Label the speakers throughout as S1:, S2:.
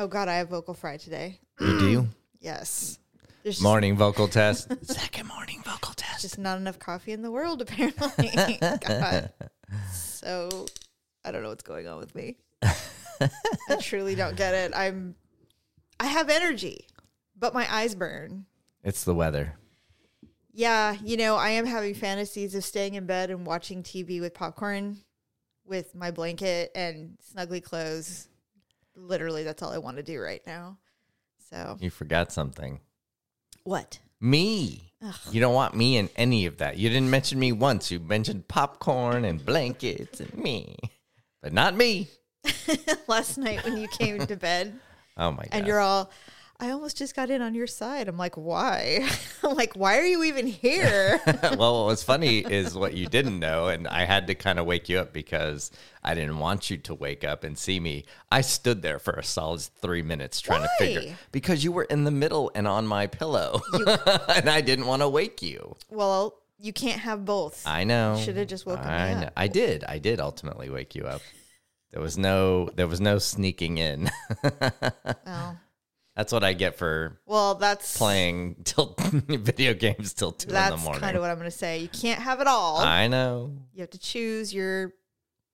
S1: Oh God, I have vocal fry today.
S2: You do?
S1: Mm. Yes. There's just,
S2: Morning vocal test. Second morning vocal test.
S1: just not enough coffee in the world apparently. God. So I don't know what's going on with me. I truly don't get it. I'm I have energy, but my eyes burn.
S2: It's the weather.
S1: Yeah, you know, I am having fantasies of staying in bed and watching TV with popcorn with my blanket and snuggly clothes. Literally, that's all I want to do right now. So,
S2: You forgot something.
S1: what?
S2: Me. You don't want me in any of that. You didn't mention me once. You mentioned popcorn and blankets and me, but not me.
S1: Last night when you came to bed
S2: Oh my
S1: and
S2: god!
S1: you're all, I almost just got in on your side. I'm like, why? I'm like, why are you even here?
S2: well, what was funny is what you didn't know, and I had to kind of wake you up because I didn't want you to wake up and see me. I stood there for a solid three minutes trying to figure
S1: Why?
S2: because you were in the middle and on my pillow, and I didn't want to wake you.
S1: well, you can't have both.
S2: I know.
S1: Shoulda just woken me
S2: I
S1: up.
S2: I did. I did ultimately wake you up. There was no there was no sneaking in.
S1: Oh.
S2: That's what I get for
S1: Well, that's
S2: playing till video games till two in the
S1: that's
S2: morning.
S1: kind of what I'm going to say. You can't have it all.
S2: I know.
S1: you have to choose your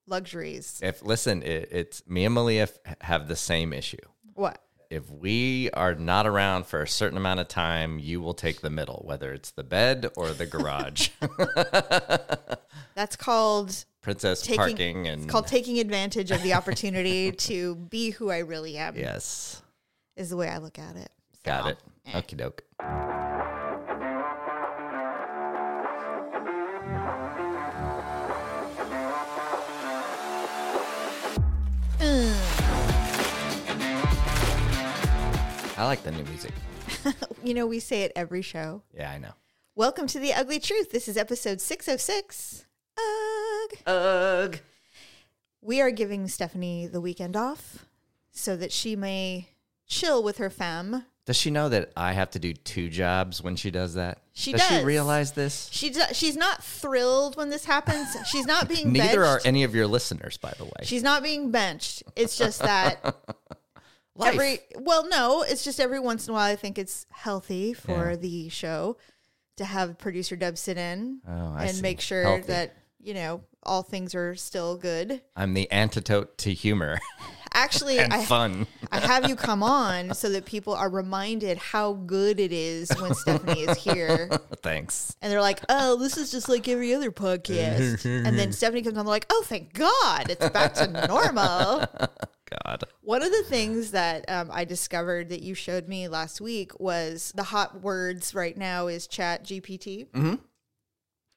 S1: luxuries.
S2: If listen, it, it's me and Malia f- have the same issue.
S1: What?
S2: If we are not around for a certain amount of time, you will take the middle, whether it's the bed or the garage.
S1: That's called
S2: Princess
S1: taking
S2: parking and
S1: it's called taking advantage of the opportunity to be who I really am
S2: yes,
S1: is the way I look at it.
S2: got it. Okie doke. I like the new music.
S1: You know, we say it every show.
S2: Yeah, I know.
S1: Welcome to the Ugly Truth. This is episode 606. Ugh.
S2: Ugh.
S1: We are giving Stephanie the weekend off so that she may chill with her fam.
S2: Does she know that I have to do two jobs when she does that?
S1: She
S2: does.
S1: does.
S2: she realize this?
S1: She do- she's not thrilled when this happens. She's not being
S2: Neither are
S1: benched.
S2: any of your listeners, by the way.
S1: She's not being benched. It's just that
S2: Life.
S1: every well no it's just every once in a while i think it's healthy for
S2: Yeah.
S1: the show to have producer deb sit in
S2: Oh, I
S1: and
S2: see.
S1: make sure
S2: Healthy.
S1: that you know all things are still good
S2: I'm the antidote to humor
S1: actually
S2: and
S1: I,
S2: fun.
S1: I have you come on so that people are reminded how good it is when stephanie is here
S2: Thanks.
S1: and they're like oh this is just like every other podcast and then stephanie comes on they're like oh thank god it's back to normal
S2: God.
S1: One of the things that um, I discovered that you showed me last week was the hot words right now is Chat GPT. Mm-hmm.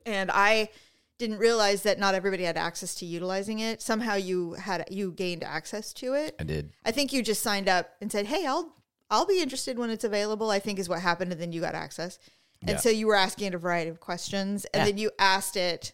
S1: And I didn't realize that not everybody had access to utilizing it. Somehow you had you gained access to it.
S2: I did.
S1: I think you just signed up and said, "Hey, I'll I'll be interested when it's available." I think is what happened, and then you got access. And
S2: Yeah.
S1: so you were asking it a variety of questions, and
S2: Yeah.
S1: then you asked it,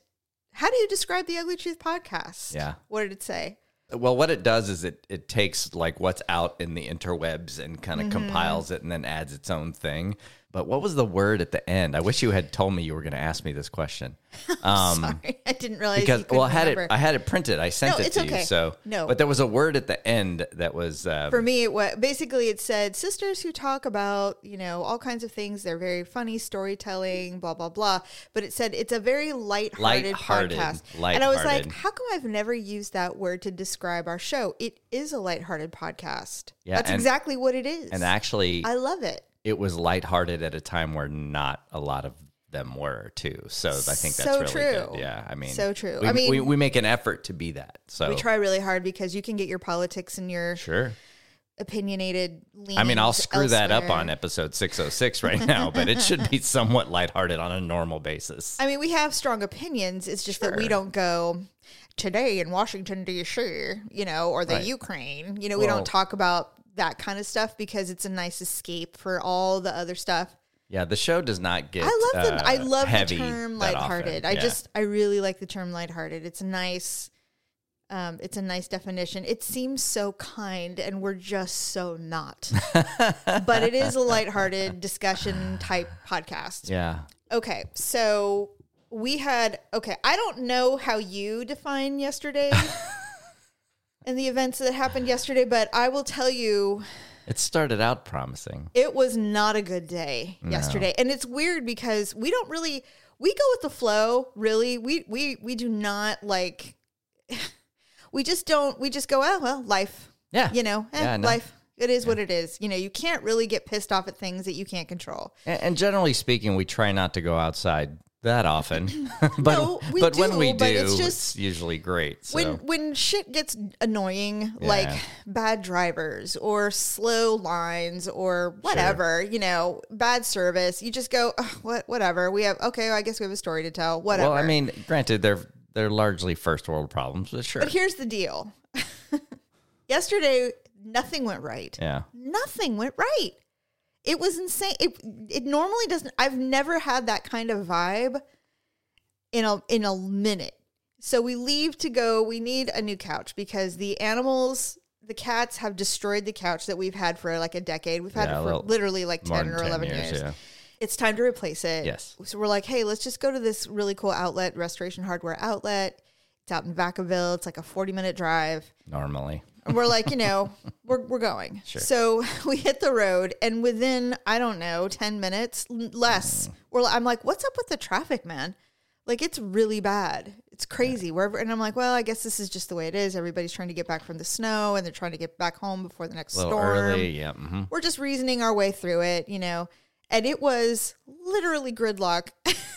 S1: "How do you describe the Ugly Truth podcast?"
S2: Yeah.
S1: What did it say?
S2: Well, what it does is it, it takes like what's out in the interwebs and kind
S1: Mm-hmm.
S2: of compiles it and then adds its own thing. But what was the word at the end? I wish you had told me you were going to ask me this question. Um,
S1: Sorry, I didn't realize you
S2: because
S1: couldn't
S2: well, I had it
S1: remember.
S2: I had it printed. I sent
S1: No,
S2: it
S1: it's
S2: to
S1: okay.
S2: you. So
S1: No.
S2: but there was a word at the end that was um,
S1: for me, it was basically it said sisters who talk about you know all kinds of things. They're very funny storytelling, blah blah blah. But it said it's a very lighthearted,
S2: Lighthearted,
S1: podcast, and I was like,
S2: lighthearted.
S1: how come I've never used that word to describe our show? It is a lighthearted podcast.
S2: Yeah,
S1: that's
S2: and-
S1: exactly what it is.
S2: and actually
S1: I love it.
S2: it was lighthearted at a time where not a lot of them were too. So I think that's
S1: So
S2: really
S1: true.
S2: good. Yeah, I mean,
S1: So true.
S2: We,
S1: I mean-
S2: we, we make an effort to be that. So
S1: We try really hard because you can get your politics and your
S2: sure.
S1: opinionated. Leanings
S2: I mean, I'll screw that up
S1: elsewhere.
S2: on episode 606 right now, but it should be somewhat lighthearted on a normal basis.
S1: I mean, we have strong opinions. It's just that we don't go today in Washington D.C., you know, or the
S2: Right.
S1: Ukraine. You know, we
S2: Well-
S1: don't talk about that kind of stuff because it's a nice escape for all the other stuff.
S2: Yeah, the show does not get.
S1: I love
S2: uh,
S1: the I love the
S2: heavy
S1: term
S2: that often.
S1: lighthearted. I
S2: Yeah.
S1: just I really like the term lighthearted. It's a nice um, it's a nice definition. It seems so kind and we're just so not. but it is a lighthearted discussion type podcast.
S2: Yeah.
S1: Okay, so we had okay. I don't know how you define yesterday, and the events that happened yesterday, but I will tell you
S2: It started out promising.
S1: it was not a good day yesterday. And it's weird because we don't really we go with the flow, really. We we we do not like we just don't we just go, oh well, life.
S2: Yeah.
S1: You know, eh,
S2: Yeah, I know.
S1: life. It is what it is. You know, you can't really get pissed off at things that you can't control.
S2: And, and generally speaking, we try not to go outside that often. but
S1: No, we
S2: but when
S1: do,
S2: we do,
S1: but it's
S2: it's,
S1: just-
S2: usually great. So.
S1: when when shit gets annoying like
S2: Yeah.
S1: bad drivers or slow lines or whatever you know bad service you just go "Ugh, what whatever we have okay i guess we have a story to tell whatever
S2: well, I mean, granted, they're they're largely first world problems, but sure.
S1: but here's the deal yesterday nothing went right
S2: yeah.
S1: nothing went right it was insane it it normally doesn't i've never had that kind of vibe in a in a minute so we leave to go we need a new couch because the animals the cats have destroyed the couch that we've had for like a decade we've had
S2: Yeah,
S1: it
S2: well,
S1: for literally like 10 or 11 years,
S2: Yeah.
S1: it's time to replace it
S2: Yes.
S1: so we're like hey let's just go to this really cool outlet restoration hardware outlet it's out in vacaville it's like a 40 minute drive
S2: Normally.
S1: and we're like, you know, we're, we're going. So we hit the road, and within, I don't know, 10 minutes l- less,
S2: Mm.
S1: we're, I'm like, what's up with the traffic, man? Like, it's really bad. It's crazy. Wherever, and I'm like, well, I guess this is just the way it is. Everybody's trying to get back from the snow, and they're trying to get back home before the next
S2: A little
S1: storm.
S2: early. Yeah. hmm
S1: We're just reasoning our way through it, you know. And it was literally gridlock.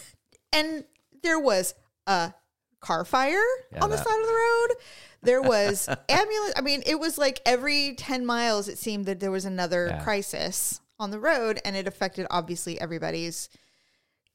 S1: and there was a car fire on the
S2: that-
S1: side of the road. There was ambulance. I mean, it was like every 10 miles, it seemed that there was another
S2: Yeah.
S1: crisis on the road. And it affected, obviously, everybody's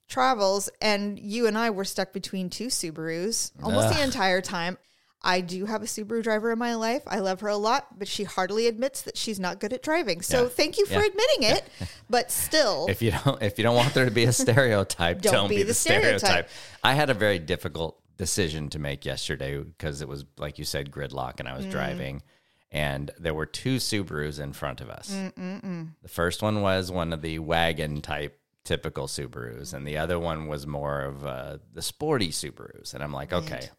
S1: travels. And you and I were stuck between two Subarus almost the entire time. I do have a Subaru driver in my life. I love her a lot, but she heartily admits that she's not good at driving. So
S2: Yeah.
S1: thank you for
S2: Yeah.
S1: admitting it. But still,
S2: If you don't, if you don't want there to be a stereotype,
S1: Don't
S2: don't,
S1: be
S2: be,
S1: the
S2: the
S1: stereotype.
S2: stereotype. I had a very difficult decision to make yesterday because it was, like you said, gridlock, and I
S1: Mm.
S2: was driving, and there were two Subarus in front of us.
S1: Mm,
S2: The first one was one of the wagon type typical Subarus, and the other one was more of uh, the sporty Subarus. And I'm like, okay,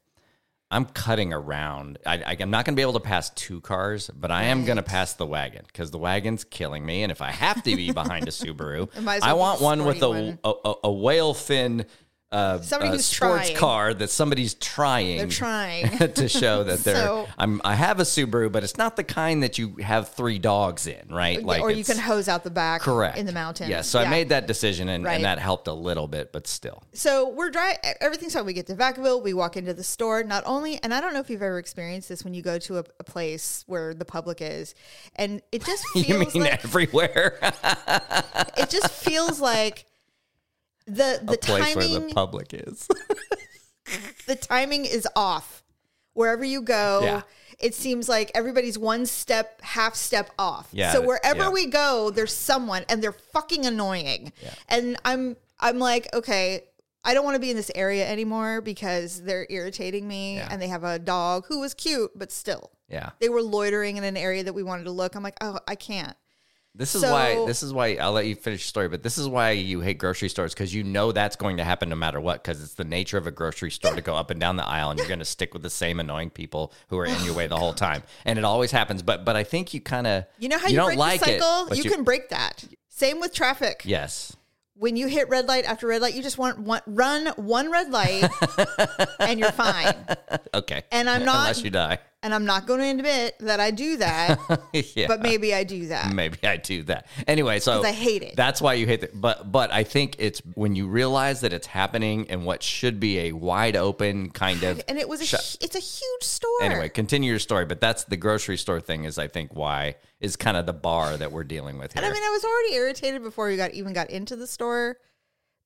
S2: I'm cutting around. I, I, I'm not going to be able to pass two cars, but I am going to pass the wagon because the wagon's killing me. And if I have to be behind a Subaru,
S1: might as
S2: I
S1: well
S2: want
S1: be
S2: one with a,
S1: sporty one.
S2: a, a, a whale fin uh,
S1: Somebody
S2: uh,
S1: who's
S2: sports
S1: trying.
S2: car that somebody's trying.
S1: they're trying.
S2: to show that they're,
S1: So-
S2: I'm, I have a Subaru, but it's not the kind that you have three dogs in, right?
S1: or you
S2: it's-
S1: can hose out the back
S2: correct
S1: in the mountain.
S2: Yeah, so I made that decision, and,
S1: Right.
S2: and that helped a little bit, but still,
S1: so we're dry. Everything's fine. We get to Vacaville. We walk into the store. Not only, and I don't know if you've ever experienced this when you go to a, a place where the public is, and it just feels
S2: you mean
S1: like
S2: everywhere
S1: it just feels like the the
S2: place where
S1: timing
S2: the public is.
S1: the timing is off. Wherever you go,
S2: Yeah.
S1: it seems like everybody's one step, half step off.
S2: Yeah,
S1: so wherever
S2: yeah.
S1: we go, there's someone and they're fucking annoying. And I'm I'm like, okay, I don't want to be in this area anymore because they're irritating me
S2: Yeah.
S1: and they have a dog who was cute, but still.
S2: yeah,
S1: They were loitering in an area that we wanted to look. I'm like, oh, I can't.
S2: This is
S1: So-
S2: why this is why I'll let you finish your story, but this is why you hate grocery stores because you know that's going to happen no matter what because it's the nature of a grocery store to go up and down the aisle and you're going to stick with the same annoying people who are in your way the whole time, and it always happens. But but I think you kind of
S1: You know how you, break the cycle?
S2: but
S1: you, can break that. Same with traffic.
S2: yes
S1: when you hit red light after red light, you just want one, run one red light and you're fine.
S2: okay
S1: And I'm not,
S2: unless you die
S1: and I'm not going to admit that I do that,
S2: yeah.
S1: but maybe I do that.
S2: maybe I do that. Anyway, so
S1: 'Cause I hate it.
S2: That's why you hate it. But but I think it's when you realize that it's happening in what should be a wide open kind of
S1: And it was a, hu- it's a huge store.
S2: anyway, continue your story. But that's the grocery store thing is I think why is kind of the bar that we're dealing with here.
S1: And I mean, I was already irritated before we got even got into the store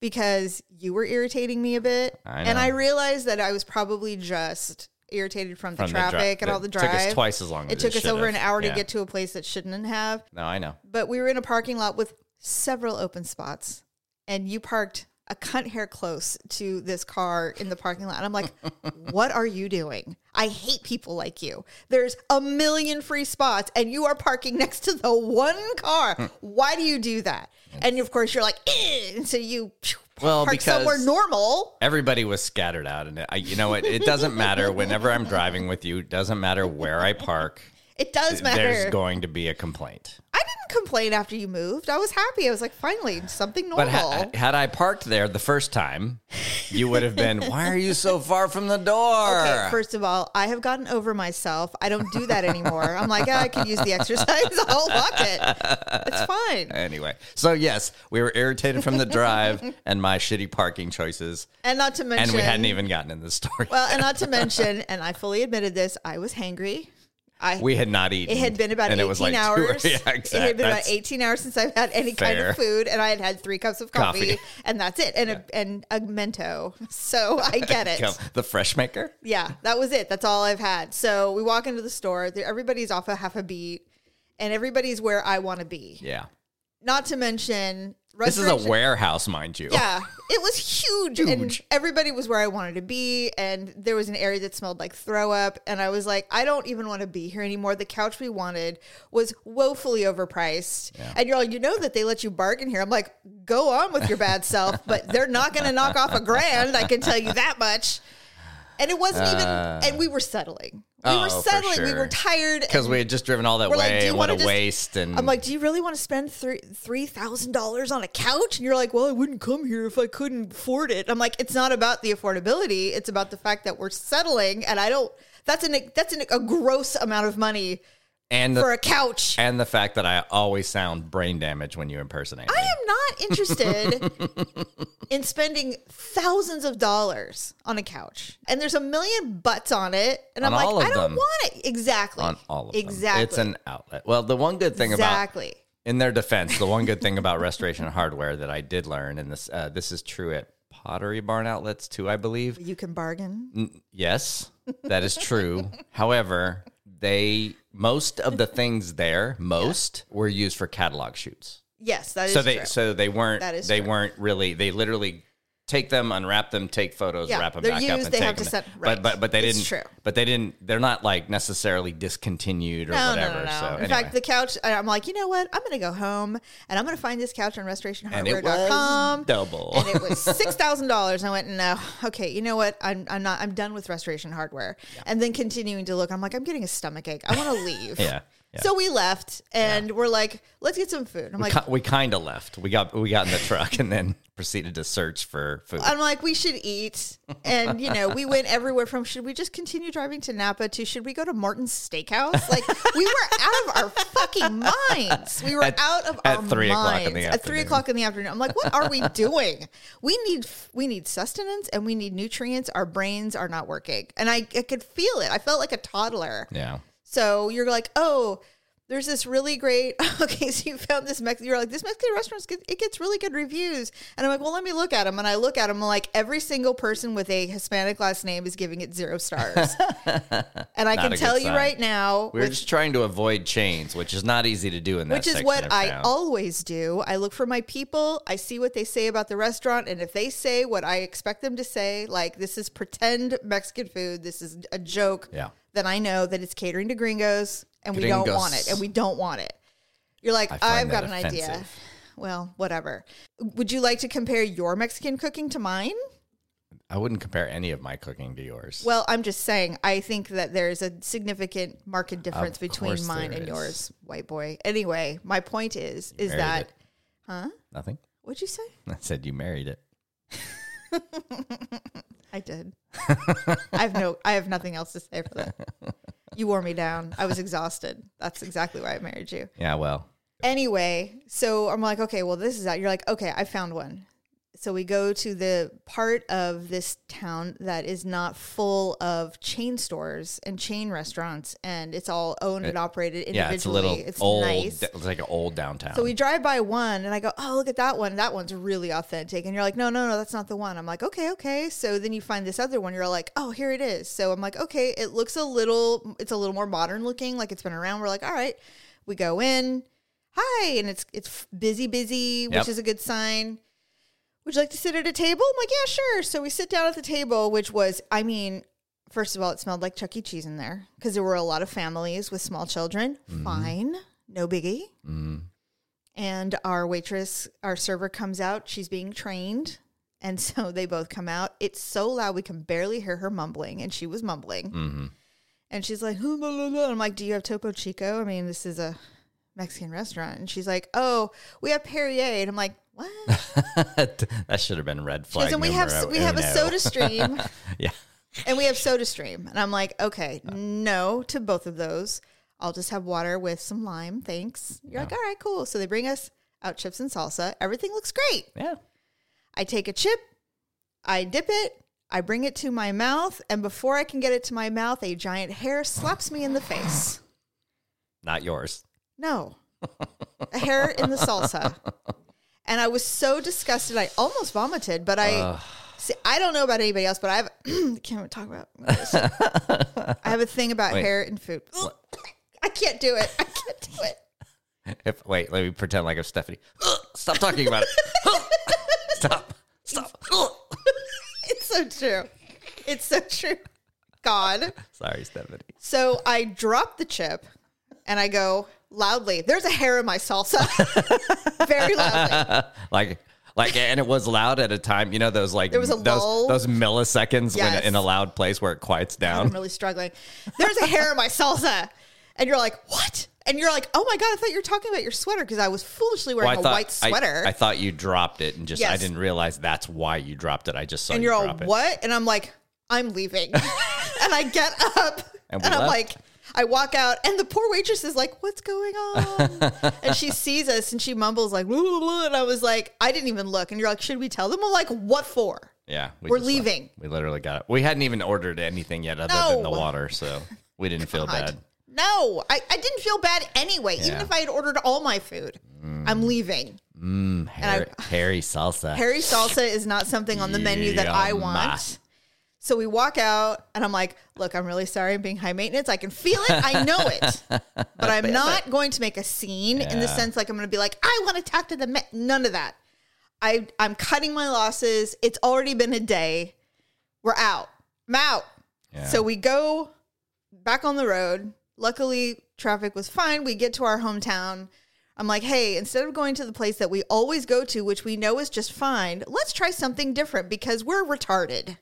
S1: because you were irritating me a bit,
S2: I
S1: and
S2: know.
S1: I realized that I was probably just irritated from the
S2: From the dri-
S1: traffic and all the
S2: that
S1: drive.
S2: took us twice as long
S1: It
S2: as
S1: took us
S2: it
S1: over
S2: should
S1: an
S2: have.
S1: hour to
S2: Yeah.
S1: get to a place that shouldn't have.
S2: no, I know.
S1: but we were in a parking lot with several open spots and you parked a cunt hair close to this car in the parking lot. And I'm like, what are you doing? I hate people like you. There's a million free spots and you are parking next to
S2: Hmm.
S1: the one car. Why do you do that? And of course you're like, "Eh," and so you phew,
S2: Well,
S1: park
S2: because
S1: somewhere normal.
S2: everybody was scattered out, and I, you know, it, it doesn't matter. Whenever I'm driving with you, it doesn't matter where I park.
S1: It does matter.
S2: There's going to be a complaint.
S1: I didn't complain after you moved. I was happy. I was like, finally, something normal.
S2: But ha- had I parked there the first time, you would have been, why are you so far from the door?
S1: Okay, first of all, I have gotten over myself. I don't do that anymore. I'm like, "Ah, I could use the exercise. I'll walk it. It's fine.
S2: anyway, so yes, we were irritated from the drive and my shitty parking choices,
S1: And not to mention,
S2: and we hadn't even gotten in the story.
S1: well, and not to mention, and I fully admitted this, I was hangry. I
S2: we had not eaten.
S1: it had been about
S2: and
S1: 18
S2: it was like two or-
S1: hours.
S2: yeah,
S1: It had
S2: exact-
S1: been about
S2: that's-
S1: 18 hours since I've had any kind
S2: Fair.
S1: of food, and I had had three cups of coffee,
S2: Coffee.
S1: and that's it, and a and a mento. So I get it.
S2: Come- the fresh maker.
S1: Yeah, that was it. That's all I've had. So we walk into the store. there- Everybody's off a half a beat, and everybody's where I want to be.
S2: Yeah,
S1: Not to mention,
S2: this is a
S1: restoration-
S2: warehouse, mind you.
S1: Yeah, it was huge, and
S2: Huge.
S1: everybody was where I wanted to be. And there was an area that smelled like throw up, and I was like, I don't even want to be here anymore. The couch we wanted was woefully overpriced, and you're all, you know that they let you bargain here. I'm like, go on with your bad self, but they're not going to knock off a grand. I can tell you that much. And it wasn't even, and we were settling. We
S2: Uh. Oh,
S1: were
S2: for
S1: settling. We were
S2: sure.
S1: tired. and-
S2: because we had just driven all that
S1: We're like, "Do
S2: way.
S1: you
S2: what
S1: wanna
S2: a
S1: just-"
S2: waste! And
S1: I'm like, do you really want to spend three three thousand dollars on a couch? And you're like, well, I wouldn't come here if I couldn't afford it. I'm like, it's not about the affordability; it's about the fact that we're settling, and I don't. That's an that's an, a gross amount of money
S2: and
S1: for
S2: the,
S1: a couch.
S2: and the fact that I always sound brain damaged when you impersonate.
S1: I am not interested in spending thousands of dollars on a couch, and there's a million butts on it, and
S2: On
S1: I'm
S2: all
S1: like,
S2: of
S1: I don't
S2: them.
S1: want it. Exactly.
S2: on all of them.
S1: exactly.
S2: It's an outlet. Well, the one good thing about
S1: exactly.
S2: in their defense, the one good thing about restoration hardware that I did learn, and this uh, this is true at Pottery Barn outlets too, I believe.
S1: You can bargain.
S2: Yes, that is true. However, they most of the things there, most were used for catalog shoots.
S1: Yes, that is
S2: So they
S1: true.
S2: so they weren't
S1: That is
S2: they
S1: true.
S2: weren't really they literally take them, unwrap them, take photos,
S1: Yeah,
S2: wrap them
S1: they're
S2: back up,
S1: used,
S2: and
S1: they
S2: take
S1: have
S2: them.
S1: to set-
S2: But
S1: right.
S2: but but they
S1: It's
S2: didn't.
S1: true.
S2: But they didn't. They're not like necessarily discontinued or whatever. So
S1: In
S2: anyway.
S1: fact, the couch. I- I'm like, you know what? I'm going to go home and I'm going to find this couch on
S2: and it
S1: RestorationHardware.com.
S2: was double.
S1: And it was six thousand dollars. I went, no, okay, you know what? I'm, I'm not. I'm done with Restoration Hardware. And then continuing to look, I'm like, I'm getting a stomach ache. I want to leave.
S2: Yeah, yeah.
S1: So we left, and we're like, let's get some food. I'm like,
S2: Ki- we kind of left. We got we got in the truck and then proceeded to search for food.
S1: I'm like, we should eat. And, you know, we went everywhere from should we just continue driving to Napa to should we go to Martin's Steakhouse? Like, we were out of our fucking minds. We were
S2: At-
S1: out of
S2: at
S1: our
S2: three
S1: minds.
S2: o'clock in the
S1: At three
S2: afternoon.
S1: o'clock in the afternoon. I'm like, what are we doing? We need we need sustenance and we need nutrients. Our brains are not working. And I, I could feel it. I felt like a toddler.
S2: yeah.
S1: So you're like, oh, there's this really great. Okay, so you found this Mexican. You're like, this Mexican restaurant, get- it gets really good reviews. And I'm like, well, let me look at them. And I look at them, like every single person with a Hispanic last name is giving it zero stars. and I
S2: Not a
S1: can
S2: good
S1: tell you
S2: sign.
S1: right now,
S2: We were
S1: which,
S2: just trying to avoid chains, which is not easy to do in that
S1: which is
S2: section
S1: what
S2: of
S1: I
S2: town.
S1: always do. I look for my people. I see what they say about the restaurant, and if they say what I expect them to say, like this is pretend Mexican food, this is a joke,
S2: Yeah.
S1: then I know that it's catering to gringos, and we don't want it,
S2: Gringos.
S1: and we don't want it. You're like,
S2: find
S1: I've got
S2: that
S1: an idea.
S2: offensive.
S1: Well, whatever. Would you like to compare your Mexican cooking to mine?
S2: I wouldn't compare any of my cooking to yours.
S1: Well, I'm just saying, I think that there's a significant market difference
S2: Of
S1: between
S2: course
S1: mine
S2: there
S1: and
S2: is.
S1: yours, white boy. Anyway, my point is, is
S2: married
S1: that
S2: it. Nothing.
S1: what'd you say?
S2: I said you married it.
S1: I did. I have no. I have nothing else to say for that. You wore me down. I was exhausted. That's exactly why I married you.
S2: Yeah. Well.
S1: Anyway, so I'm like, okay, well, this is out. You're like, okay, I found one. So we go to the part of this town that is not full of chain stores and chain restaurants, and it's all owned and operated individually.
S2: Yeah. It's a little
S1: It's
S2: old.
S1: nice.
S2: It's like an old downtown.
S1: So we drive by one and I go, oh, look at that one. That one's really authentic. And you're like, no, no, no, that's not the one. I'm like, okay, okay. So then you find this other one. You're like, oh, here it is. So I'm like, okay, it looks a little, it's a little more modern looking, like it's been around. We're like, all right. We go in, hi. And it's, it's busy, busy,
S2: Yep.
S1: which is a good sign. Would you like to sit at a table? I'm like, yeah, sure. So we sit down at the table, which was, I mean, first of all, it smelled like Chuck E. Cheese in there because there were a lot of families with small children. Fine, no biggie. And our waitress, our server comes out. She's being trained And so they both come out. It's so loud we can barely hear her mumbling, and she was mumbling. And she's like, "Huh, blah, blah, blah." I'm like, do you have Topo Chico? I mean, this is a Mexican restaurant. And she's like, oh, we have Perrier. And I'm like, what?
S2: that should have been red flag.
S1: Because then we have
S2: numero
S1: we have a
S2: uno.
S1: Soda Stream
S2: Yeah.
S1: and we have Soda Stream, and I'm like, okay, no to both of those. I'll just have water with some lime, thanks. You're like, all right, cool. So they bring us out chips and salsa. Everything looks great.
S2: Yeah.
S1: I take a chip, I dip it, I bring it to my mouth, and before I can get it to my mouth, a giant hair slaps me in the face.
S2: Not yours.
S1: No. A hair in the salsa. And I was so disgusted, I almost vomited. But I, see, I don't know about anybody else, but I have can't talk about. This. I have a thing about
S2: Wait.
S1: hair and food. I can't do it. I can't do it.
S2: If wait, let me pretend like I'm Stephanie. Ugh, stop talking about it. Ugh, stop. Stop. Ugh.
S1: It's so true. It's so true. God.
S2: Sorry, Stephanie.
S1: So I drop the chip, and I go loudly. There's a hair in my salsa. Very loudly.
S2: Like like and it was loud at a time, you know those like there
S1: was a
S2: those
S1: lull.
S2: those milliseconds
S1: Yes.
S2: when in a loud place where it quiets
S1: I'm
S2: down.
S1: really struggling. There's a hair in my salsa. And you're like, what? And you're like, oh my God, I thought you were talking about your sweater because I was foolishly wearing
S2: Well, I
S1: a
S2: thought-
S1: white sweater.
S2: I, I thought you dropped it and just I
S1: Yes.
S2: didn't realize that's why you dropped it. I just saw
S1: and
S2: you
S1: you're all,
S2: drop it.
S1: what? And I'm like, I'm leaving. and I get up and,
S2: And we
S1: I'm
S2: left.
S1: like, I walk out and the poor waitress is like, what's going on? and she sees us and she mumbles like, "Blah, blah, blah." and I was like, I didn't even look. And you're like, should we tell them? I'm like, what for?
S2: Yeah, we
S1: We're
S2: just left.
S1: leaving.
S2: We literally got it. We hadn't even ordered anything yet other than
S1: No.
S2: the water, so we didn't feel
S1: God.
S2: bad.
S1: No, I, I didn't feel bad anyway. Even
S2: Yeah.
S1: if I had ordered all my food, I'm leaving.
S2: Harry, Harry salsa.
S1: Harry salsa is not something on the menu that I
S2: Yum.
S1: want. So we walk out, and I'm like, "Look, I'm really sorry. I'm being high maintenance. I can feel it. I know it, but I'm not going to make a scene in the
S2: Yeah.
S1: sense like I'm going to be like, I want to talk to the ma-. none of that. I I'm cutting my losses. It's already been a day. We're out. I'm out. So we go back on the road. Luckily, traffic was fine. We get to our hometown. I'm like, hey, instead of going to the place that we always go to, which we know is just fine, let's try something different because we're retarded.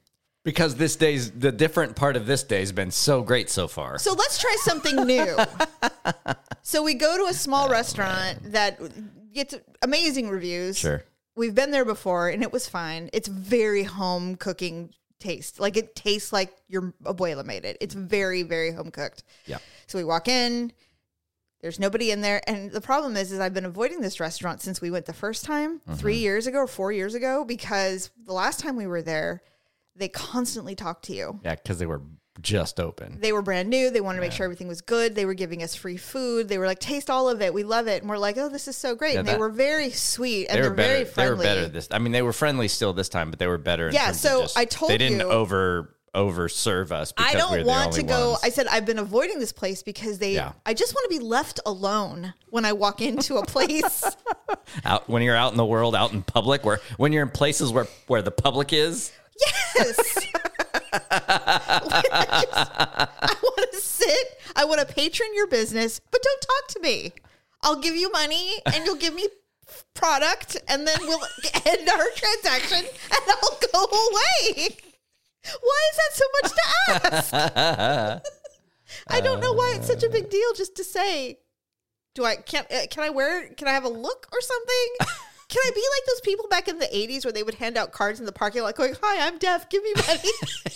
S2: because this day's the different part of this day's been so great so far.
S1: So let's try something new. so we go to a small restaurant that gets amazing reviews.
S2: Sure.
S1: We've been there before and it was fine. It's very home cooking taste. Like it tastes like your abuela made it. It's very, very home cooked.
S2: yeah.
S1: So we walk in. There's nobody in there, and the problem is, is I've been avoiding this restaurant since we went the first time
S2: Mm-hmm.
S1: three years ago or four years ago because the last time we were there, they constantly talked to you.
S2: Yeah, because they were just open.
S1: They were brand new. They wanted to make sure everything was good. They were giving us free food. They were like, "Taste all of it. We love it." And we're like, "Oh, this is so great." and they
S2: that-
S1: were very sweet and
S2: They
S1: they
S2: were
S1: are
S2: better.
S1: very
S2: they were
S1: friendly.
S2: better this. I mean, they were friendly still this time, but they were better. In
S1: Yeah,
S2: terms
S1: so
S2: of just,
S1: I told
S2: they didn't
S1: you-
S2: over over serve us.
S1: I
S2: Because we were
S1: don't
S2: the
S1: want
S2: only
S1: to go.
S2: ones.
S1: I said I've been avoiding this place because they.
S2: Yeah.
S1: I just want to be left alone when I walk into a place.
S2: out when you're out in the world, out in public, where when you're in places where where the public is.
S1: Yes. I want to sit. I want to patron your business, but don't talk to me. I'll give you money and you'll give me product, and then we'll end our transaction and I'll go away. Why is that so much to ask? I don't know why it's such a big deal just to say, do I can't uh, can I wear can I have a look or something? Can I be like those people back in the 80s where they would hand out cards in the parking lot going, "Hi, I'm deaf. Give me money."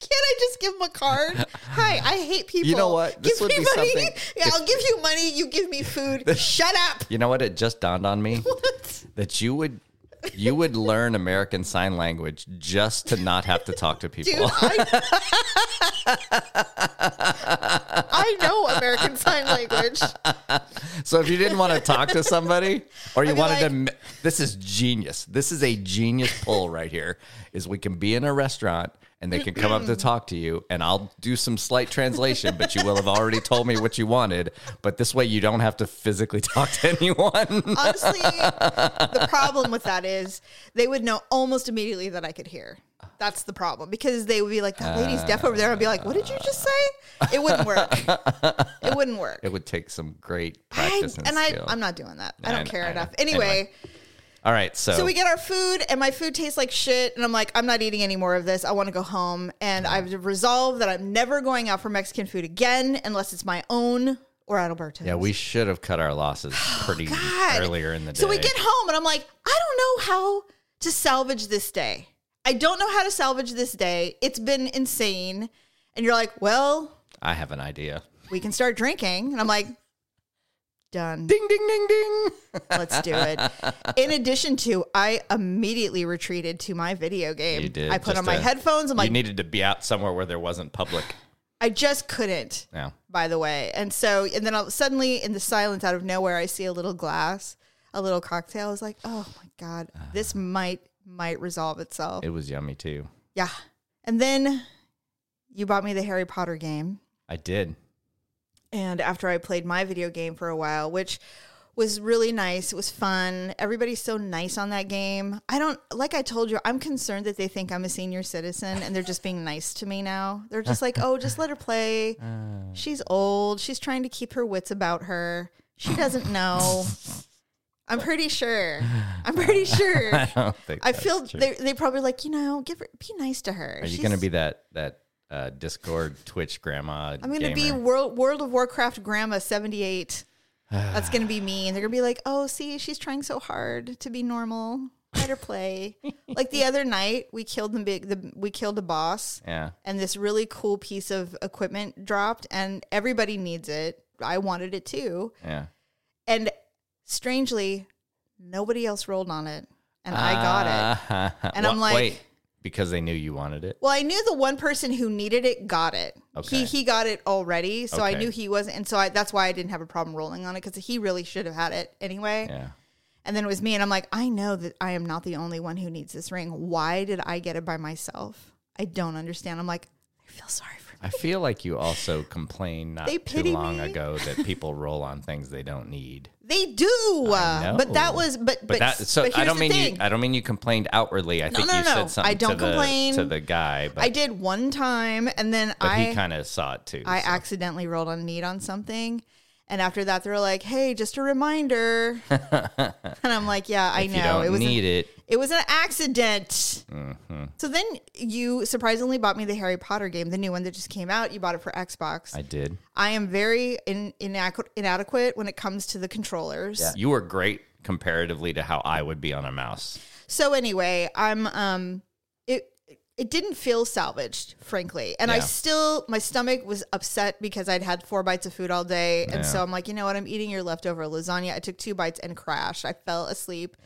S1: Can't I just give them a card? Hi, I hate people.
S2: You know what? This
S1: give
S2: would
S1: me
S2: be
S1: money.
S2: something-
S1: Yeah, I'll give you money. You give me food. Shut up.
S2: You know what? It just dawned on me.
S1: What?
S2: that you would you would learn American Sign Language just to not have to talk to people.
S1: Dude, I, I know American Sign Language.
S2: So if you didn't want to talk to somebody or you
S1: I'd be
S2: wanted
S1: like-
S2: to m- this is genius. This is a genius pull right here is we can be in a restaurant and they can come up to talk to you and I'll do some slight translation but you will have already told me what you wanted, but this way you don't have to physically talk to anyone.
S1: Honestly, the problem with that is they would know almost immediately that I could hear. That's the problem because they would be like, "That lady's deaf over there." I'd be like, "What did you just say?" It wouldn't work. It wouldn't work.
S2: it would take some great
S1: I,
S2: practice and,
S1: and I, um,
S2: skill.
S1: I'm not doing that. I
S2: I
S1: don't
S2: know,
S1: care
S2: I know.
S1: enough.
S2: Anyway.
S1: Anyway,
S2: All right. So,
S1: So we get our food, and my food tastes like shit. And I'm like, I'm not eating any more of this. I want to go home. And I've resolved that I'm never going out for Mexican food again unless it's my own or at Alberto's.
S2: yeah, we should have cut our losses pretty
S1: Oh, God.
S2: earlier in the day.
S1: So we get home, and I'm like, I don't know how to salvage this day. I don't know how to salvage this day. It's been insane. And you're like, well,
S2: I have an idea.
S1: we can start drinking. And I'm like, done.
S2: Ding, ding, ding, ding.
S1: Let's do it. In addition to, I immediately retreated to my video game.
S2: You did,
S1: I put
S2: just
S1: on my
S2: a-
S1: headphones. I'm
S2: you
S1: like,
S2: needed to be out somewhere where there wasn't public.
S1: I just couldn't.
S2: Now,
S1: by the way. And so, and then I'll, suddenly in the silence out of nowhere, I see a little glass, a little cocktail. I was like, oh my God, this might, might resolve itself.
S2: Ah. it was yummy too.
S1: yeah. And then you bought me the Harry Potter game.
S2: I did.
S1: And after I played my video game for a while, which was really nice, it was fun. Everybody's so nice on that game. I don't, like I told you, I'm concerned that they think I'm a senior citizen and they're just being nice to me now. They're just like, oh, just let her play. She's old. She's trying to keep her wits about her. She doesn't know. I'm pretty sure. I'm pretty sure.
S2: I don't think
S1: I
S2: that's
S1: feel
S2: true.
S1: they they probably like you know give her be nice to her.
S2: Are you going to be that that uh, Discord Twitch grandma?
S1: I'm gonna be World World of Warcraft Grandma 78. That's gonna be me, and they're gonna be like, "Oh, see, she's trying so hard to be normal. Let her play." like the other night, we killed the big, the, we killed a boss,
S2: Yeah.
S1: and this really cool piece of equipment dropped, and everybody needs it. I wanted it too,
S2: Yeah.
S1: and strangely, nobody else rolled on it, and I got it.
S2: it.
S1: And I'm like-
S2: Uh, wait, because they knew you wanted it.
S1: Well, I knew the one person who needed it got it.
S2: Okay.
S1: He he got it already, so I
S2: Okay.
S1: knew he wasn't, and so I, that's why I didn't have a problem rolling on it because he really should have had it anyway.
S2: Yeah.
S1: And then it was me, and I'm like, I know that I am not the only one who needs this ring. Why did I get it by myself? I don't understand. I'm like, I feel sorry for.
S2: I feel like you also complained not
S1: They
S2: too
S1: pity
S2: long
S1: me.
S2: ago that people roll on things they don't need.
S1: They do,
S2: I know.
S1: but that was but
S2: But,
S1: but,
S2: that so
S1: but
S2: I
S1: here's
S2: don't
S1: the
S2: mean
S1: thing.
S2: you I don't mean you complained outwardly. I think
S1: no,
S2: you
S1: no. I
S2: said something
S1: don't
S2: to, the,
S1: complain.
S2: to the guy, but,
S1: I did one time, and then
S2: but
S1: I
S2: he kind of saw it too.
S1: I
S2: so.
S1: accidentally rolled on need on something. And after that, they were like, hey, just a reminder. and I'm like, yeah, I
S2: if
S1: know.
S2: you don't
S1: it was
S2: need Mm-hmm.
S1: an,
S2: it.
S1: it was an accident. So then you surprisingly bought me the Harry Potter game, the new one that just came out. You bought it for Xbox.
S2: I
S1: I,
S2: did.
S1: am very in, inadequ- inadequate when it comes to the controllers.
S2: You were great comparatively to how I would be on a mouse.
S1: So anyway, I'm um it it didn't feel salvaged, frankly. And I
S2: Yeah.
S1: still my stomach was upset because I'd had four bites of food all day. And so
S2: Yeah.
S1: I'm like, you know what, I'm eating your leftover lasagna. I took two bites and crashed. I fell asleep.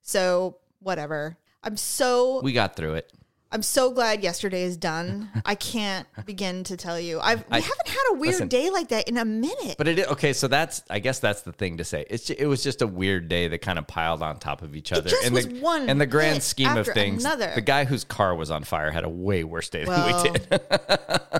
S1: So whatever. I'm so
S2: We got through it.
S1: I'm so glad yesterday is done. I can't begin to tell you. I've we haven't had a weird
S2: listen.
S1: day like that in a minute.
S2: But it okay, so that's I guess that's the thing to say. It's ju- it was just a weird day that kind of piled on top of each other.
S1: just
S2: in
S1: was
S2: the,
S1: one
S2: in the grand
S1: hit
S2: scheme of
S1: after
S2: things,
S1: another.
S2: the guy whose car was on fire had a way worse day
S1: Well,
S2: than we did.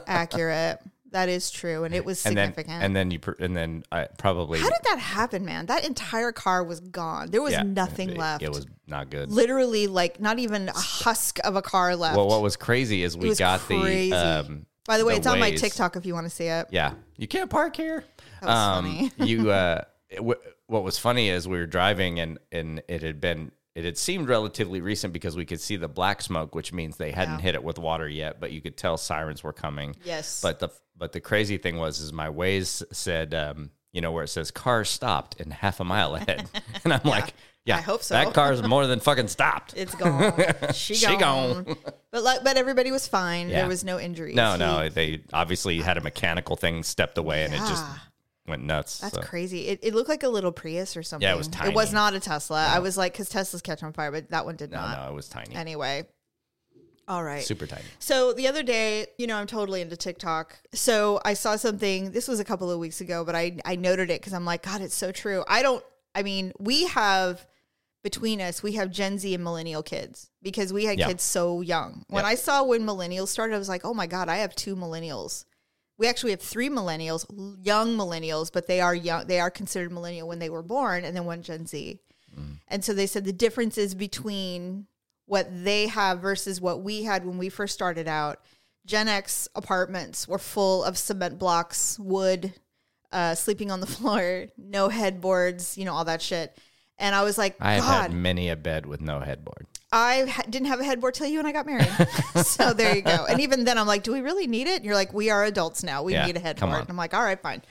S1: accurate. That is true. And it was
S2: And then
S1: significant.
S2: and then you pr- and then I probably
S1: How did that happen, man? That entire car was gone. There was
S2: yeah,
S1: nothing
S2: it,
S1: left.
S2: It was not good.
S1: literally like not even a husk of a car left.
S2: Well, what was crazy is we
S1: was
S2: got
S1: crazy.
S2: the um
S1: By the way, it's on my
S2: Waze.
S1: TikTok if you want to see it.
S2: Yeah, you can't park here.
S1: was funny.
S2: you, uh, it w- what was funny is we were driving and and it had been it had seemed relatively recent because we could see the black smoke, which means they hadn't hit it with water yet, but you could tell sirens were coming.
S1: Yes.
S2: But the but the crazy thing was is my ways said um, you know where it says car stopped in half a mile ahead, and I'm like. Yeah,
S1: I hope so.
S2: That car's more than fucking stopped.
S1: It's gone. She,
S2: She
S1: gone.
S2: gone.
S1: But like, but everybody was fine.
S2: Yeah.
S1: There was no injuries.
S2: no,
S1: He-
S2: no, they obviously had a mechanical thing stepped away, and it just
S1: Yeah.
S2: went nuts.
S1: That's
S2: so.
S1: crazy. It, it looked like a little Prius or something.
S2: Yeah, it was
S1: It was
S2: tiny.
S1: not a Tesla. I was like, because Teslas catch on fire, but that one did not.
S2: No, no, it was tiny,
S1: Anyway. All right.
S2: super tiny.
S1: So the other day, you know, I'm totally into TikTok. So I saw something, this was a couple of weeks ago, but I, I noted it because I'm like, God, it's so true. I don't, I mean, we have between us, we have Gen Z and millennial kids because we had
S2: Yeah.
S1: kids so young. When
S2: Yeah.
S1: I saw when millennials started, I was like, oh my God, I have two millennials. We actually have three millennials, l- young millennials, but they are young. They are considered millennial when they were born, and then one Gen Z.
S2: Mm.
S1: And so they said the differences between what they have versus what we had when we first started out. Gen X apartments were full of cement blocks, wood, uh, sleeping on the floor, no headboards, you know, all that shit. And I was like,
S2: I have
S1: God,
S2: had many a bed with no headboard.
S1: I ha- didn't have a headboard till you and I got married. so there you go. And even then, I'm like, do we really need it? And you're like, we are adults now. We
S2: Yeah,
S1: need a
S2: come
S1: headboard.
S2: on.
S1: And I'm like, all right, fine.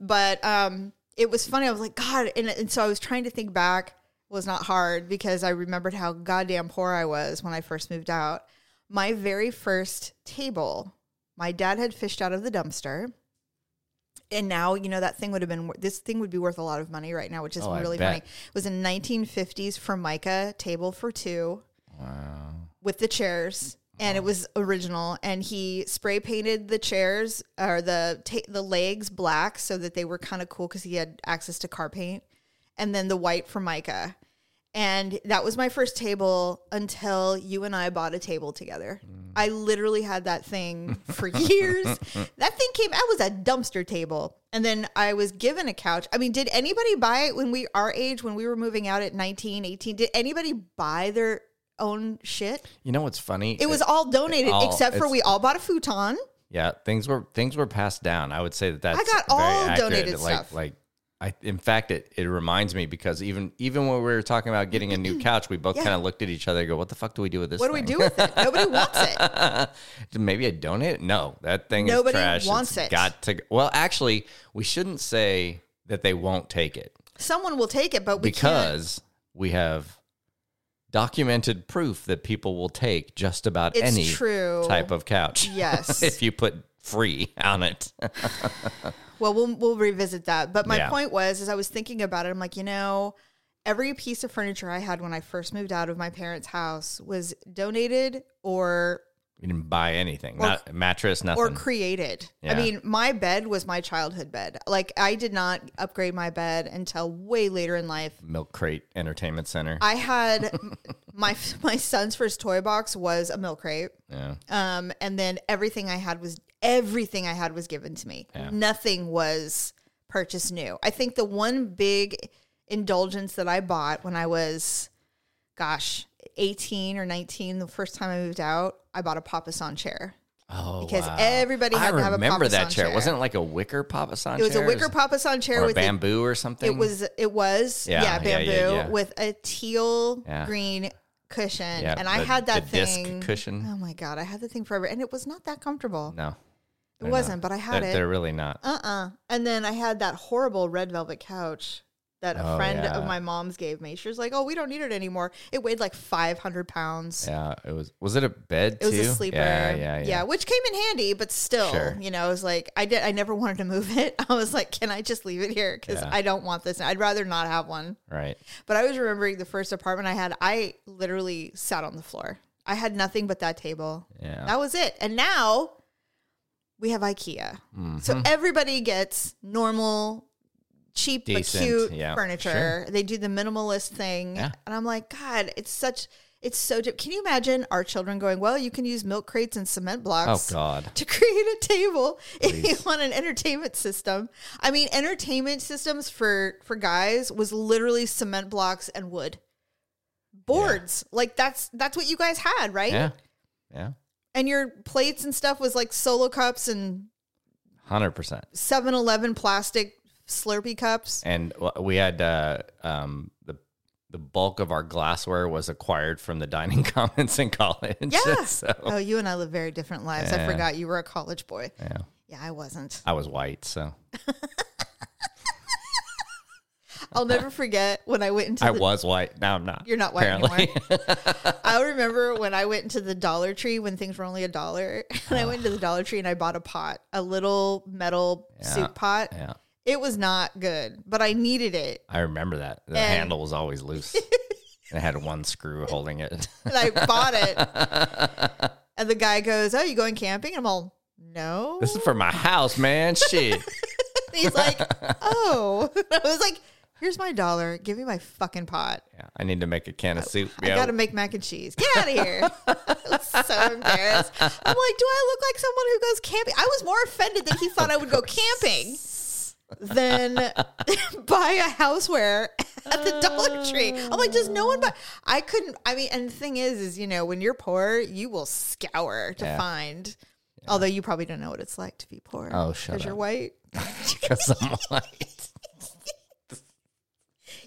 S1: But um, it was funny. I was like, God. And, and so I was trying to think back. Was not hard because I remembered how goddamn poor I was when I first moved out. My very first table, my dad had fished out of the dumpster. And now, you know, that thing would have been, wor- this thing would be worth a lot of money right now, which is
S2: Oh, I
S1: really
S2: bet.
S1: funny. It was a 1950s Formica table for two
S2: Wow.
S1: with the chairs and it was original and he spray painted the chairs or the ta- the legs black so that they were kind of cool cuz he had access to car paint and then the white for Micah and that was my first table until you and I bought a table together. I literally had that thing for years. that thing came out was a dumpster table. And then I was given a couch. I mean, did anybody buy it when we our age when we were moving out at 19, 18? Did anybody buy their own shit?
S2: You know what's funny?
S1: It was all donated
S2: all-
S1: except for
S2: it's-
S1: we all bought a futon.
S2: Yeah, things were things were passed down. I would say that that's
S1: I got
S2: very
S1: all
S2: accurate.
S1: donated
S2: like,
S1: stuff.
S2: Like, I in fact, it it reminds me because even even when we were talking about getting a new couch, we both
S1: Yeah.
S2: kind of looked at each other and go, "What the fuck do we do with this?
S1: What do we do with it? Nobody wants it.
S2: do? Maybe I donate it? No, that thing
S1: Nobody
S2: is trash.
S1: wants
S2: It's
S1: it.
S2: Got to. Well, actually, we shouldn't say that they won't take it
S1: Someone will take it, but we can't.
S2: because we have documented proof that people will take just about
S1: It's
S2: any
S1: true.
S2: type of couch.
S1: Yes.
S2: if you put free on it.
S1: Well, we'll we'll revisit that. But my
S2: Yeah.
S1: point was, as I was thinking about it, I'm like, you know, every piece of furniture I had when I first moved out of my parents' house was donated or
S2: We didn't buy anything. not mattress, nothing.
S1: or created. I
S2: Yeah.
S1: mean, my bed was my childhood bed. Like I did not upgrade my bed until way later in life.
S2: Milk Crate Entertainment Center.
S1: I had my my son's first toy box was a milk crate.
S2: yeah.
S1: Um, and then everything I had was everything I had was given to me. Nothing was purchased new. I think the one big indulgence that I bought when I was, gosh, eighteen or nineteen, the first time I moved out, I bought a papasan chair
S2: Oh,
S1: because
S2: wow.
S1: everybody
S2: I
S1: had to have a
S2: remember that
S1: papasan
S2: chair. Wasn't it like a wicker papasan chair?
S1: it was a wicker papasan chair
S2: or a
S1: with a
S2: bamboo or something?
S1: it was it was yeah,
S2: Yeah, yeah,
S1: bamboo
S2: yeah, yeah.
S1: with a teal
S2: Yeah.
S1: green cushion
S2: Yeah,
S1: and i
S2: the-
S1: had that
S2: the disc
S1: thing
S2: cushion.
S1: oh my god i had the thing forever and it was not that comfortable
S2: No,
S1: it wasn't but i had
S2: they're,
S1: it
S2: they're really not.
S1: uh-uh and then i had that horrible red velvet couch that a
S2: Oh,
S1: friend
S2: yeah.
S1: of my mom's gave me she was like oh we don't need it anymore it weighed like 500 pounds
S2: Yeah, it was. Was it a bed
S1: It was
S2: too?
S1: a sleeper,
S2: Yeah, yeah, yeah.
S1: which came in handy, but still,
S2: Sure.
S1: you know, I was like, I did, I never wanted to move it. I was like, can I just leave it here because
S2: Yeah.
S1: I don't want this. I'd rather not have one.
S2: Right.
S1: But I was remembering the first apartment I had, I literally sat on the floor. I had nothing but that table.
S2: Yeah.
S1: That was it. And now we have IKEA.
S2: Mm-hmm.
S1: So everybody gets normal, cheap
S2: Decent,
S1: but cute
S2: yeah.
S1: furniture. They do the minimalist thing.
S2: Yeah.
S1: And I'm like, God, it's such it's so di- can you imagine our children going, Well, you can use milk crates and cement
S2: Oh
S1: blocks
S2: God.
S1: to create a table if you
S2: Please.
S1: want an entertainment system. I mean, entertainment systems for for guys was literally cement blocks and wood boards. Like that's that's what you guys had, right?
S2: Yeah. Yeah.
S1: And your plates and stuff was like solo cups and
S2: Hundred percent.
S1: 7-Eleven plastic Slurpee cups.
S2: and w- we had uh, um, the the bulk of our glassware was acquired from the dining commons in college.
S1: Yeah.
S2: so
S1: Oh, you and I live very different lives. I
S2: Yeah.
S1: forgot you were a college boy.
S2: yeah,
S1: Yeah, I wasn't.
S2: I was white, so
S1: I'll never forget when I went into
S2: I
S1: the
S2: was white. Now I'm not.
S1: You're not white
S2: apparently.
S1: anymore. I remember when I went into the Dollar Tree when things were only a dollar, and I went into the Dollar Tree and I bought a pot, a little metal soup pot.
S2: yeah,
S1: It was not good, but I needed it,
S2: I remember that. The
S1: And-
S2: handle was always loose. it had one screw holding it.
S1: and I bought it. and the guy goes, "Oh, you going camping?" And I'm all, "No."
S2: this is for my house, man. Shit.
S1: And he's like, "Oh," I was like, "Here's my dollar. Give me my fucking pot."
S2: Yeah, I need to make a can of soup.
S1: Oh, I gotta make mac and cheese. Get out of here. I was so embarrassed. I'm like, do I look like someone who goes camping? I was more offended that he thought I would go camping than buy a houseware at the Dollar Tree. I'm like, does no one buy? I couldn't. I mean, and the thing is, is, you know, when you're poor, you will scour to
S2: Yeah.
S1: find. Although you probably don't know what it's like to be poor.
S2: Oh, shut
S1: Because you're
S2: up.
S1: white.
S2: because I'm white.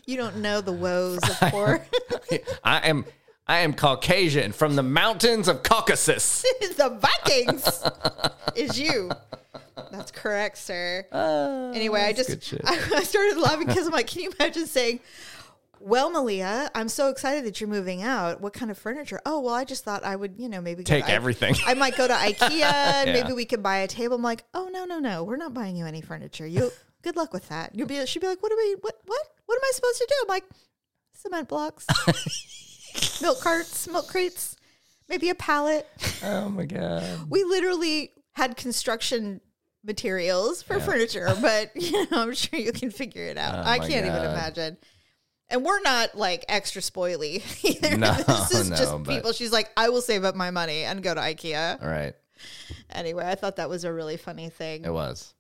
S1: You don't know the woes of poor.
S2: I am I am Caucasian from the mountains of Caucasus.
S1: the Vikings is you. That's correct, sir. anyway, I
S2: Oh, good
S1: just
S2: shit.
S1: I, started laughing because I'm like, can you imagine saying, "Well, Malia, I'm so excited that you're moving out. What kind of furniture? Oh, well, I just thought I would, you know, maybe go to
S2: Take
S1: I-
S2: everything.
S1: I might go to IKEA. and
S2: Yeah.
S1: Maybe we could buy a table. I'm like, oh no, no, no, we're not buying you any furniture. You good luck with that. You'll be she'd be like, what am I what what what am I supposed to do? I'm like, cement blocks, milk carts, milk crates, maybe a pallet.
S2: Oh my god.
S1: We literally had construction materials for furniture, but you know, I'm sure you can figure it out. I
S2: Oh my
S1: can't even
S2: God.
S1: imagine. And we're not like extra spoily either.
S2: No,
S1: this is
S2: no,
S1: just
S2: but-
S1: people. She's like, I will save up my money and go to IKEA.
S2: All right.
S1: Anyway, I thought that was a really funny thing.
S2: It was.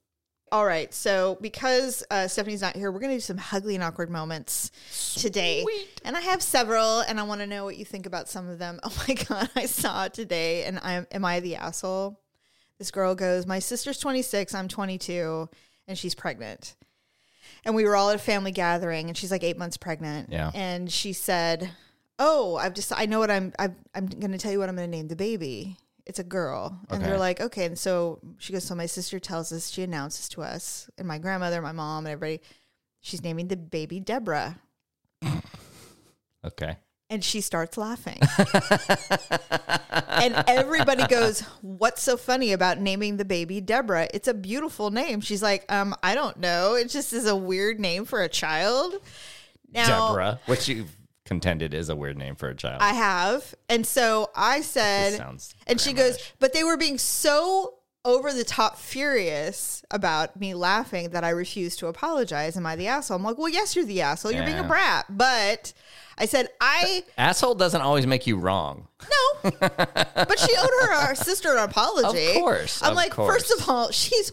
S1: All right, so because uh, Stephanie's not here, we're going to do some ugly and awkward moments today. And I have several, and I want to know what you think about some of them. Oh my God, I saw it today, and I'm, am I the asshole? This girl goes, My sister's 26, I'm 22, and she's pregnant. And we were all at a family gathering, and she's like eight months pregnant.
S2: Yeah.
S1: And she said, Oh, I've just, I know what I'm, I've, I'm going to tell you what I'm going to name the baby. It's a girl. And
S2: Okay.
S1: they're like, Okay. And so she goes, So my sister tells us, she announces to us, and my grandmother, my mom, and everybody, she's naming the baby Deborah.
S2: Okay.
S1: And she starts laughing. and everybody goes, What's so funny about naming the baby Deborah? It's a beautiful name. She's like, um, I don't know. It just is a weird name for a child. Now,
S2: Deborah, which you contended is a weird name for a child.
S1: I have. And so I said,
S2: This sounds
S1: and she goes, But they were being so over the top furious about me laughing that I refused to apologize. Am I the asshole? I'm like, Well, yes, you're the asshole. You're being
S2: Yeah.
S1: a brat. But I said, I.
S2: Asshole doesn't always make you wrong.
S1: No. but she owed her our sister an apology.
S2: Of course,
S1: I'm
S2: of
S1: like, first
S2: course.
S1: of all, she's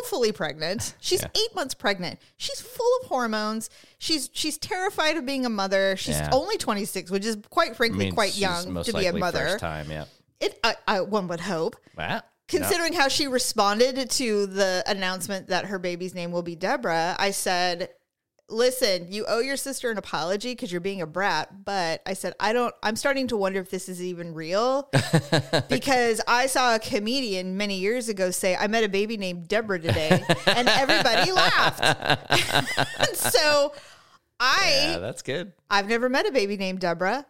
S1: woefully pregnant. She's
S2: Yeah.
S1: eight months pregnant. She's full of hormones. She's she's terrified of being a mother. She's
S2: Yeah.
S1: only 26, which is quite
S2: I
S1: frankly
S2: mean,
S1: quite
S2: she's
S1: young
S2: most
S1: to be a
S2: likely
S1: mother.
S2: First time, yeah.
S1: It, I, I, one would hope.
S2: Well,
S1: Considering how she responded to the announcement that her baby's name will be Deborah, I said, Listen, you owe your sister an apology because you're being a brat. But I said, I don't, I'm starting to wonder if this is even real because I saw a comedian many years ago say, I met a baby named Deborah today, and everybody laughed. and so I.
S2: no. yeah, that's good.
S1: I've never met a baby named Deborah,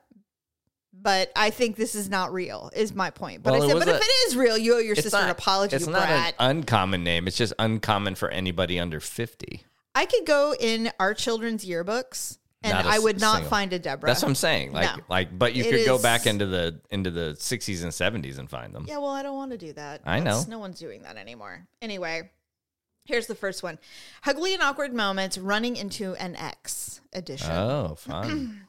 S1: but I think this is not real. Is my point. But
S2: Well,
S1: I
S2: it
S1: said,
S2: was
S1: but if
S2: a-
S1: it is real, you owe your sister an apology,
S2: It's
S1: you
S2: not
S1: brat.
S2: an uncommon name. It's just uncommon for anybody under fifty.
S1: I could go in our children's yearbooks, and
S2: Not a
S1: I would
S2: s-
S1: not
S2: single.
S1: find a Deborah.
S2: That's what I'm saying. Like,
S1: No.
S2: like, but you
S1: It
S2: could go
S1: is-
S2: back into the into the 60s and 70s and find them.
S1: yeah, well, I don't want to do that.
S2: I
S1: That's-
S2: know.
S1: no one's doing that anymore. Anyway, here's the first one: ugly and awkward moments running into an ex edition.
S2: Oh, fun.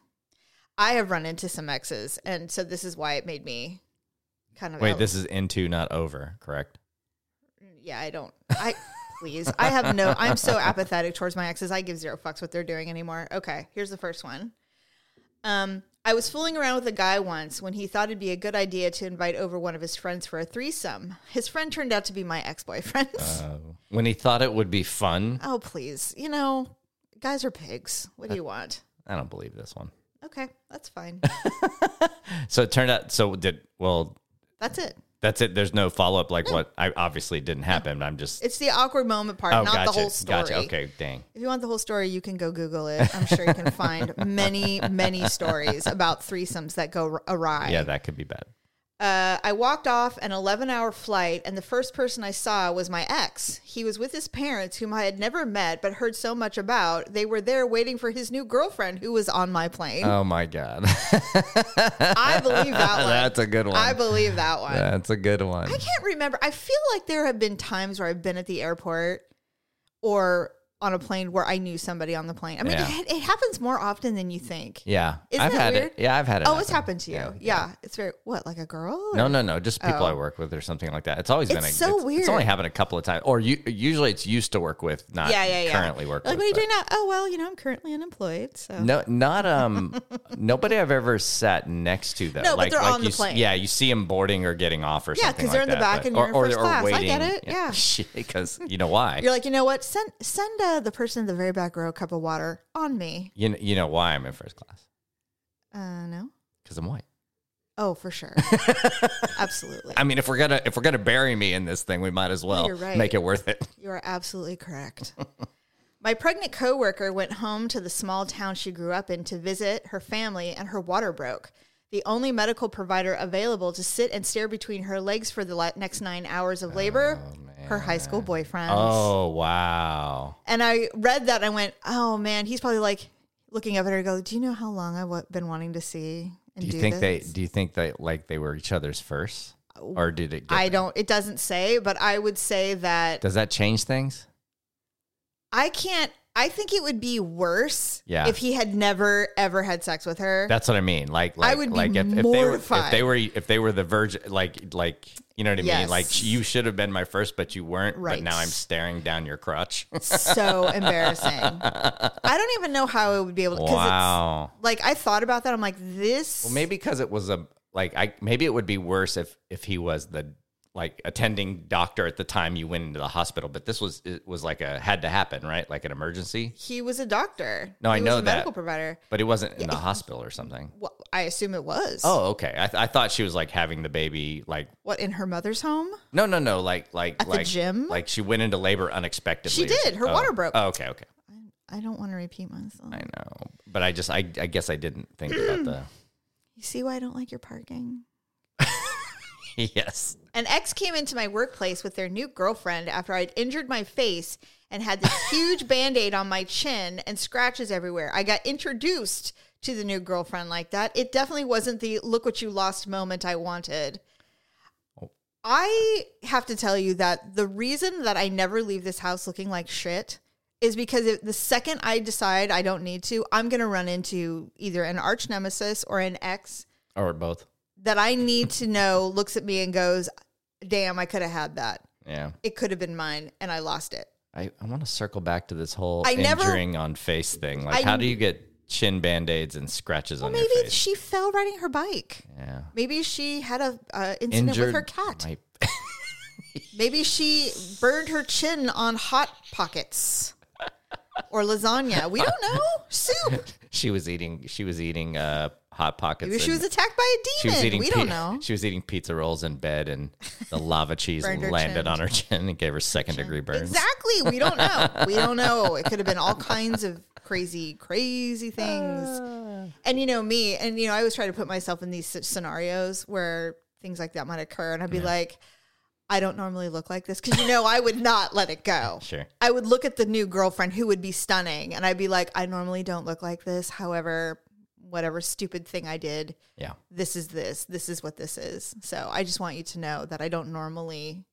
S1: I have run into some exes, and so this is why it made me kind of
S2: Wait,
S1: out-
S2: this is into, not over, correct?
S1: yeah, I don't. I please. I have no. I'm so apathetic towards my exes. I give zero fucks what they're doing anymore. Okay, here's the first one. Um, I was fooling around with a guy once when he thought it'd be a good idea to invite over one of his friends for a threesome. His friend turned out to be my ex boyfriend.
S2: Oh. When he thought it would be fun,
S1: oh please, you know, guys are pigs. What do you want?
S2: I don't believe this one.
S1: Okay, that's fine.
S2: So it turned out. So did well.
S1: That's it.
S2: That's it. There's no follow up. Like what? I obviously it didn't happen. I'm just.
S1: It's the awkward moment part,
S2: oh,
S1: not
S2: gotcha.
S1: the whole story.
S2: Gotcha. Okay. Dang.
S1: If you want the whole story, you can go Google it. I'm sure you can find many, many stories about threesomes that go r- awry.
S2: Yeah, that could be bad.
S1: Uh, I walked off an 11 hour flight, and the first person I saw was my ex. He was with his parents, whom I had never met but heard so much about. They were there waiting for his new girlfriend, who was on my plane.
S2: Oh my god.
S1: I believe that one.
S2: That's a good one.
S1: I believe that one.
S2: That's a good one.
S1: I can't remember. I feel like there have been times where I've been at the airport or on a plane where I knew somebody on the plane. I mean,
S2: Yeah.
S1: it, it happens more often than you think.
S2: Yeah.
S1: Isn't
S2: I've
S1: that
S2: had
S1: weird?
S2: it. Yeah, I've had it.
S1: oh, it's happened
S2: happen.
S1: to you. Yeah. It's very, what, like a girl? Or-
S2: No, no, no. Just people
S1: Oh.
S2: I work with or something like that. It's always been.
S1: It's
S2: A,
S1: so weird.
S2: It's only happened a couple of times, or you, usually it's used to work with, not
S1: Yeah, yeah, yeah.
S2: currently work
S1: Like,
S2: with.
S1: what are you
S2: but-
S1: doing now? Oh, well, you know, I'm currently unemployed. So,
S2: No, not um. nobody I've ever sat next to though.
S1: No, but they're on the
S2: you s-
S1: plane.
S2: Yeah, you see them boarding or getting off or
S1: Yeah,
S2: something.
S1: 'cause they're in
S2: like
S1: the
S2: that,
S1: back
S2: but-
S1: and you're in first class. I get it, yeah.
S2: because you know why?
S1: you're like, you know what? Send, send uh, the person in the very back row a cup of water on me?
S2: You know, you know why I'm in first class?
S1: Uh, no.
S2: Because I'm white.
S1: Oh, for sure. absolutely.
S2: I mean, if we're gonna if we're gonna bury me in this thing, we might as well
S1: you're right.
S2: make it worth it.
S1: You are absolutely correct. My pregnant coworker went home to the small town she grew up in to visit her family and her water broke. The only medical provider available to sit and stare between her legs for the la- next 9 hours of labor, her high school boyfriend.
S2: Oh wow!
S1: And I read that and I went, "Oh man, he's probably like looking up at her and go, "Do you know how long I've wa- been wanting to see and
S2: Do
S1: do,
S2: you think
S1: this? Oh.
S2: they do you think they like they were each other's first, or did it? Get,
S1: I don't it doesn't say, but I would say that
S2: does that change things?
S1: I can't. I think it would be worse
S2: Yeah.
S1: if he had never ever had sex with her.
S2: That's what I mean. Like, like
S1: would be
S2: like if, if they were if
S1: mortified.
S2: they were if they were the virgin, like like you know what I mean.
S1: Yes.
S2: Like you should have been my first, but you weren't. But
S1: Right.
S2: now I'm staring down your crotch.
S1: so embarrassing. I don't even know how I would be able to. 'cause
S2: wow.
S1: It's, like I thought about that. I'm like this.
S2: Well, maybe because it was a like I maybe it would be worse if if he was the like attending doctor at the time you went into the hospital, but this was it was like a had to happen right, like an emergency.
S1: he was a doctor.
S2: No, I
S1: He was
S2: know
S1: a
S2: that.
S1: medical provider.
S2: But he wasn't in the hospital or something.
S1: Well, I assume it was.
S2: Oh, okay. I, th- I thought she was like having the baby, like
S1: what in her mother's home?
S2: no, no, no, like like
S1: the
S2: like
S1: gym?
S2: Like she went into labor unexpectedly.
S1: She
S2: or
S1: did.
S2: something.
S1: Her
S2: Oh.
S1: water broke.
S2: Oh, okay, okay.
S1: I don't want to repeat myself.
S2: I know, but I just I, I guess I didn't think about the
S1: You see why I don't like your parking?
S2: yes.
S1: An ex came into my workplace with their new girlfriend after I'd injured my face and had this huge band aid on my chin and scratches everywhere. I got introduced to the new girlfriend like that. It definitely wasn't the look what you lost moment I wanted. I have to tell you that the reason that I never leave this house looking like shit is because if the second I decide I don't need to, I'm going to run into either an arch nemesis or an ex
S2: Or both.
S1: that I need to know looks at me and goes, "Damn, I could have had that.
S2: Yeah.
S1: It could have been mine, and I lost it."
S2: I, I want to circle back to this whole
S1: I never-
S2: injuring on face thing. Like,
S1: I-
S2: how do you get chin band aids and scratches on your
S1: Maybe
S2: face?
S1: she fell riding her bike.
S2: yeah.
S1: Maybe she had a uh, incident with her cat.
S2: might-
S1: Maybe she burned her chin on hot pockets or lasagna. We don't know. Soup.
S2: she was eating. She was eating uh, hot pockets.
S1: Maybe she
S2: and-
S1: was attacked by a
S2: she was
S1: demon.
S2: eating.
S1: We don't
S2: pi-
S1: know.
S2: She was eating pizza rolls in bed, and the lava cheese
S1: Burned her
S2: landed
S1: chin.
S2: on her chin and gave her second degree burns.
S1: Exactly. We don't know. We don't know. It could have been all kinds of crazy, crazy things. And you know me, and you know I always try to put myself in these s- scenarios where things like that might occur, and I'd be like, I don't normally look like this because you know I would not let it go.
S2: Sure.
S1: I would look at the new girlfriend who would be stunning, and I'd be like, I normally don't look like this. However, whatever stupid thing I did,
S2: Yeah.
S1: this is this. This is what this is. So I just want you to know that I don't normally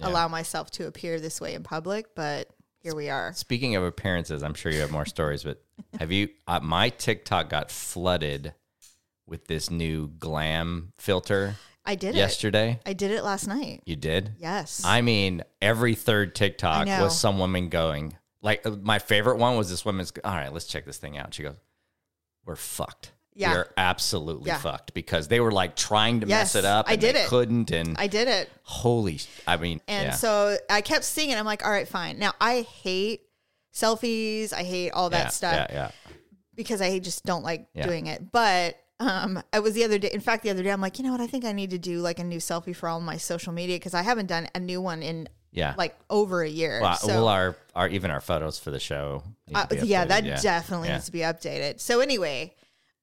S1: allow myself to appear this way in public, but here we are.
S2: Speaking of appearances, I'm sure you have more stories, but have you? Uh, my TikTok got flooded with this new glam filter
S1: I did it.
S2: yesterday.
S1: I did it last night.
S2: You did?
S1: Yes.
S2: I mean, every third TikTok
S1: I know.
S2: was some woman going, like, uh, my favorite one was this woman's, all right, let's check this thing out. She goes, We're fucked.
S1: Yeah.
S2: We're absolutely
S1: Yeah.
S2: fucked because they were like trying to
S1: Yes,
S2: mess it up.
S1: I
S2: and
S1: did
S2: they
S1: it.
S2: couldn't. And
S1: I did it.
S2: holy, sh- I mean,
S1: And
S2: yeah.
S1: so I kept seeing it. I'm like, all right, fine. Now I hate selfies. I hate all that
S2: yeah,
S1: stuff
S2: Yeah, yeah.
S1: because I just don't like
S2: Yeah.
S1: doing it. But um, I was the other day, in fact, the other day, I'm like, you know what? I think I need to do like a new selfie for all my social media because I haven't done a new one in
S2: Yeah.
S1: like over a year.
S2: well,
S1: so
S2: well, our, our, even our photos for the show. need to
S1: Uh,
S2: be
S1: yeah,
S2: updated.
S1: that definitely
S2: Yeah.
S1: needs to be updated. So anyway,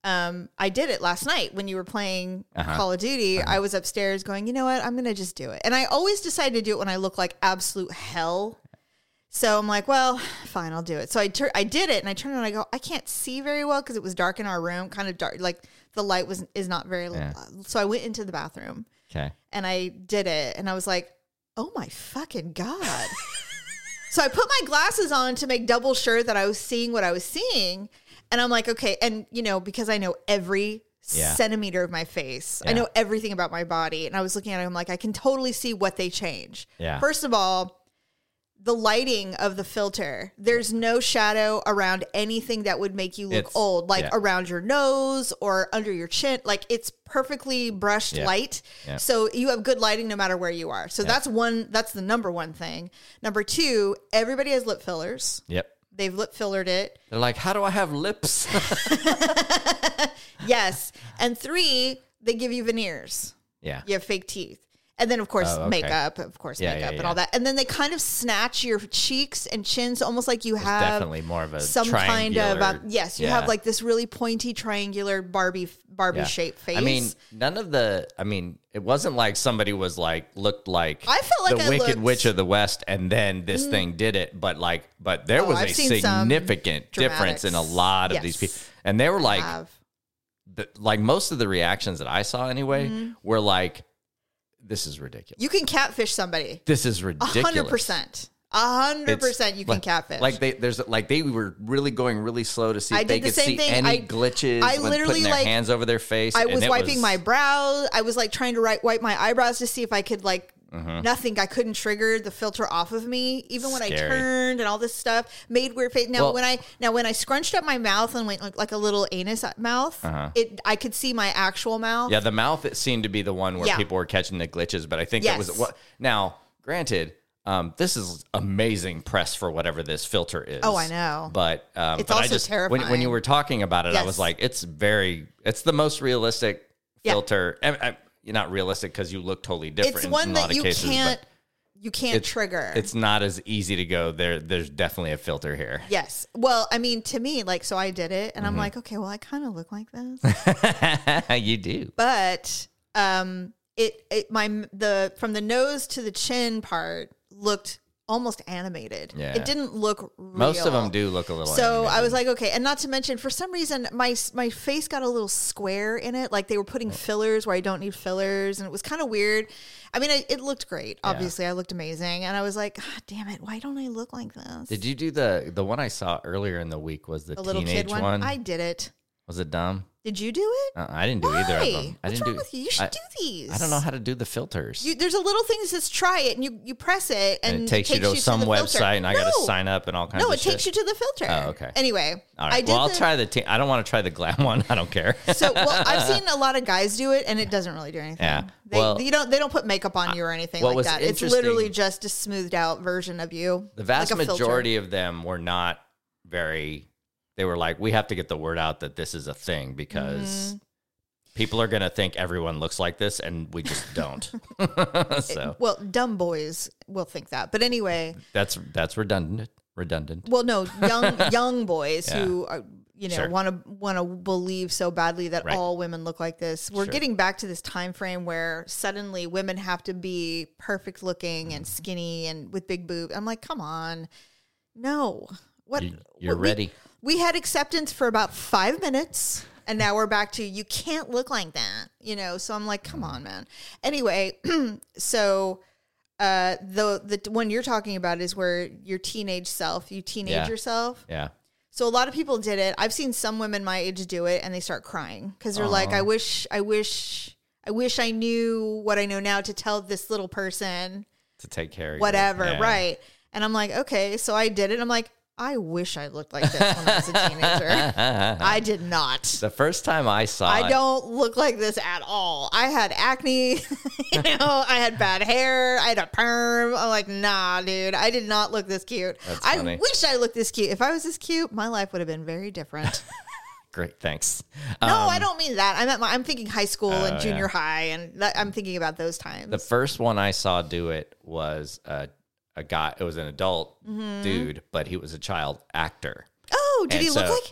S1: um, I did it last night when you were playing
S2: Uh-huh.
S1: Call of Duty. I was upstairs going, you know what? I'm gonna just do it. And I always decide to do it when I look like absolute hell. So I'm like, well, fine, I'll do it. So I tur- I did it, and I turned around. and I go, I can't see very well because it was dark in our room, kind of dark. Like the light was is not very.
S2: Yeah.
S1: So I went into the bathroom
S2: Okay.
S1: and I did it and I was like, "Oh my fucking god." so I put my glasses on to make double sure that I was seeing what I was seeing and I'm like, "Okay, and you know, because I know every
S2: Yeah.
S1: centimeter of my face. I
S2: Yeah.
S1: know everything about my body." And I was looking at it I'm like, "I can totally see what they change."
S2: Yeah.
S1: First of all, the lighting of the filter. There's no shadow around anything that would make you look
S2: It's-
S1: old, like
S2: yeah.
S1: around your nose or under your chin. Like it's perfectly brushed
S2: Yeah.
S1: light.
S2: Yeah.
S1: So you have good lighting no matter where you are. So that's one that's the number one thing. Number two, everybody has lip fillers.
S2: Yep.
S1: They've lip fillered it.
S2: They're like, how do I have lips?
S1: Yes. and three, they give you veneers.
S2: yeah.
S1: You have fake teeth. And then, of course,
S2: Oh, okay.
S1: makeup, of course,
S2: Yeah,
S1: makeup
S2: yeah,
S1: and all that. And then they kind of snatch your cheeks and chins almost like you have
S2: Definitely more of a
S1: some kind of,
S2: triangular-
S1: um, yes, you
S2: Yeah.
S1: have like this really pointy, triangular Barbie Barbie
S2: Yeah.
S1: shaped face.
S2: I mean, none of the. I mean, it wasn't like somebody was like looked like
S1: I felt like
S2: the
S1: I
S2: Wicked
S1: looked- Mm.
S2: Witch of the West, and then this thing did it. But like, but there was
S1: Oh, I've
S2: a
S1: seen some
S2: significant difference in a
S1: dramatics.
S2: lot of these
S1: Yes.
S2: people, and they were like,
S1: have.
S2: the, like most of the reactions that I saw anyway
S1: Mm-hmm.
S2: were like, "This is ridiculous.
S1: you can catfish somebody.
S2: This is
S1: A
S2: ridiculous."
S1: hundred percent. A hundred
S2: It's
S1: percent you can
S2: like,
S1: catfish.
S2: Like they there's like they were really going really slow to see
S1: I
S2: if they
S1: did the
S2: could
S1: same
S2: see
S1: thing.
S2: any
S1: I-
S2: glitches.
S1: I
S2: when
S1: literally,
S2: putting their
S1: like,
S2: hands over their face.
S1: I
S2: and
S1: was
S2: it
S1: wiping my brows. I was like trying to ri- wipe my eyebrows to see if I could like
S2: Mm-hmm.
S1: nothing. I couldn't trigger the filter off of me, even when I
S2: Scary.
S1: turned and all this stuff made weird face. Now
S2: Well-
S1: when I now when I scrunched up my mouth and went like, like a little anus mouth, it I could see my actual mouth.
S2: Uh-huh. Yeah, the mouth it seemed to be the one where
S1: Yeah.
S2: people were catching the glitches, but I think that was
S1: Yes.
S2: what. Now, granted, um, this is amazing press for whatever this filter is.
S1: Oh, I know.
S2: But um,
S1: It's
S2: but I
S1: also
S2: just, when- When,
S1: terrifying.
S2: you were talking about it, I was
S1: Yes.
S2: like, it's very, it's the most realistic
S1: Yeah.
S2: filter. And, and you're not realistic because you look totally different.
S1: it's
S2: in
S1: one
S2: a lot
S1: that
S2: of
S1: you
S2: cases, but
S1: can't you can't
S2: it's-
S1: trigger.
S2: It's not as easy to go there. There's definitely a filter here.
S1: Yes. Well, I mean, to me, like, so I did it, and I'm
S2: Mm-hmm.
S1: like, okay, well, I kind of look like this,
S2: you do.
S1: but um, it it my the from the nose to the chin part looked almost animated.
S2: Yeah.
S1: It didn't look real.
S2: Most of them do look a little.
S1: So
S2: animated.
S1: I was like, okay, and not to mention, for some reason, my my face got a little square in it. Like they were putting fillers where I don't need fillers, and it was kind of weird. I mean, I, it looked great. Obviously, I looked amazing, and I was like, God damn it, why don't I look like this?
S2: Did you do the the one I saw earlier in the week? Was the,
S1: the little
S2: teenage
S1: kid one? I did it.
S2: was it dumb?
S1: Did you do it?
S2: Uh, I didn't do either of
S1: Why?
S2: them. I
S1: What's
S2: didn't
S1: wrong
S2: do.
S1: with you? You should
S2: I,
S1: do these.
S2: I don't know how to do the filters.
S1: You, there's a little thing that says try it, and you, you press it, and,
S2: and it takes, you to some
S1: the
S2: website,
S1: filter.
S2: and I got to
S1: No.
S2: sign up and all kinds.
S1: No,
S2: of
S1: it takes
S2: shit.
S1: you to the filter.
S2: Oh, okay.
S1: Anyway,
S2: All
S1: I
S2: right.
S1: did.
S2: Well, I'll
S1: the-
S2: try the. Te- I don't want to try the glam one. I don't care.
S1: So, well, I've seen a lot of guys do it, and it doesn't really do anything.
S2: Yeah.
S1: They,
S2: Well-
S1: you don't. They don't put makeup on you or anything
S2: what
S1: like
S2: was
S1: that. It's literally
S2: interesting-
S1: just a smoothed out version of you.
S2: the vast
S1: like a filter.
S2: majority of them were not very. They were like, we have to get the word out that this is a thing because
S1: Mm-hmm.
S2: people are going to think everyone looks like this, and we just don't. so
S1: Well, dumb boys will think that, but anyway.
S2: that's that's redundant. Redundant.
S1: Well, no, young young boys who are, you know
S2: Sure.
S1: want to want to believe so badly that
S2: Right.
S1: all women look like this. We're getting back to this time frame where suddenly women have to be perfect looking
S2: Mm.
S1: and skinny and with big boobs. I'm like, come on, no, what?
S2: You- You're
S1: what- we-
S2: ready.
S1: we had acceptance for about five minutes and now we're back to you can't look like that you know so i'm like come
S2: Mm.
S1: on man anyway so uh the the one you're talking about is where your teenage self you teenage
S2: Yeah.
S1: yourself
S2: Yeah.
S1: so a lot of people did it i've seen some women my age do it and they start crying because they're like
S2: Uh-huh.
S1: i wish i wish i wish i knew what i know now to tell this little person
S2: To take care. of your-
S1: whatever,
S2: Yeah.
S1: right? And I'm like, okay, so I did it. I'm like, I wish I looked like this when I was a teenager. I did not.
S2: The first time I saw
S1: I
S2: it,
S1: don't look like this at all. I had acne, you know, I had bad hair, I had a perm. I'm like, nah, dude, I did not look this cute. I
S2: funny.
S1: wish I looked this cute. If I was this cute, my life would have been very different.
S2: Great, thanks.
S1: no,
S2: Um,
S1: I don't mean that. I'm at my, I'm thinking high school and junior high, and that, I'm thinking about those times.
S2: Oh, The first one I saw do it was a a guy. It was an adult
S1: Mm-hmm.
S2: dude, but he was a child actor.
S1: oh, did
S2: and
S1: he look
S2: so-
S1: like?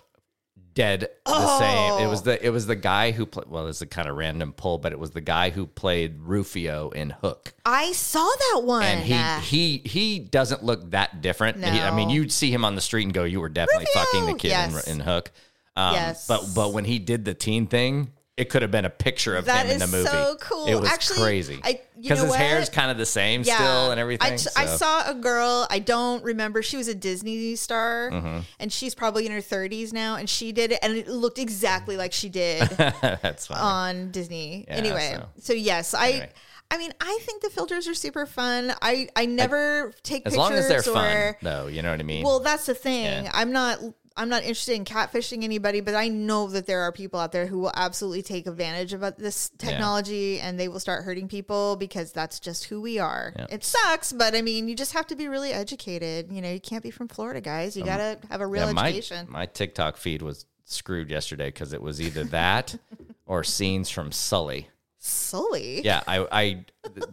S2: Dead the same. It
S1: Oh.
S2: was the it was the guy who played. Well, it's a kind of random pull, but it was the guy who played Rufio in Hook.
S1: I saw that one.
S2: And he he he doesn't look that different. He- I mean,
S1: No.
S2: you'd see him on the street and go, "You were definitely
S1: Rufio!"
S2: fucking the kid
S1: Yes.
S2: in, in Hook." Um,
S1: Yes.
S2: But but when he did the teen thing, it could have been a picture of
S1: That
S2: him in the
S1: is
S2: movie.
S1: so cool.
S2: It was
S1: Actually,
S2: crazy.
S1: I- you
S2: because
S1: know
S2: his hair is
S1: what?
S2: kind of the same still and everything.
S1: I, t- I
S2: so-
S1: saw a girl. I don't remember. She was a Disney star,
S2: Mm-hmm.
S1: and she's probably in her 30s now. And she did it, and it looked exactly like she did
S2: that's fine.
S1: on Disney. anyway,
S2: so-
S1: so, yes, I.
S2: Anyway.
S1: I mean, I think the filters are super fun. I I never take
S2: as
S1: pictures
S2: long as they're
S1: or
S2: fun, though, you know what I mean.
S1: well, that's the thing. I'm not. I'm not interested in catfishing anybody, but I know that there are people out there who will absolutely take advantage of uh, this technology and they will start hurting people because that's just who we are. It sucks, but I mean, you just have to be really educated. You know, you can't be from Florida, guys. You got to have a real
S2: Um, Yeah, my,
S1: education.
S2: my TikTok feed was screwed yesterday because it was either that or scenes from Sully.
S1: Sully.
S2: Yeah, I, I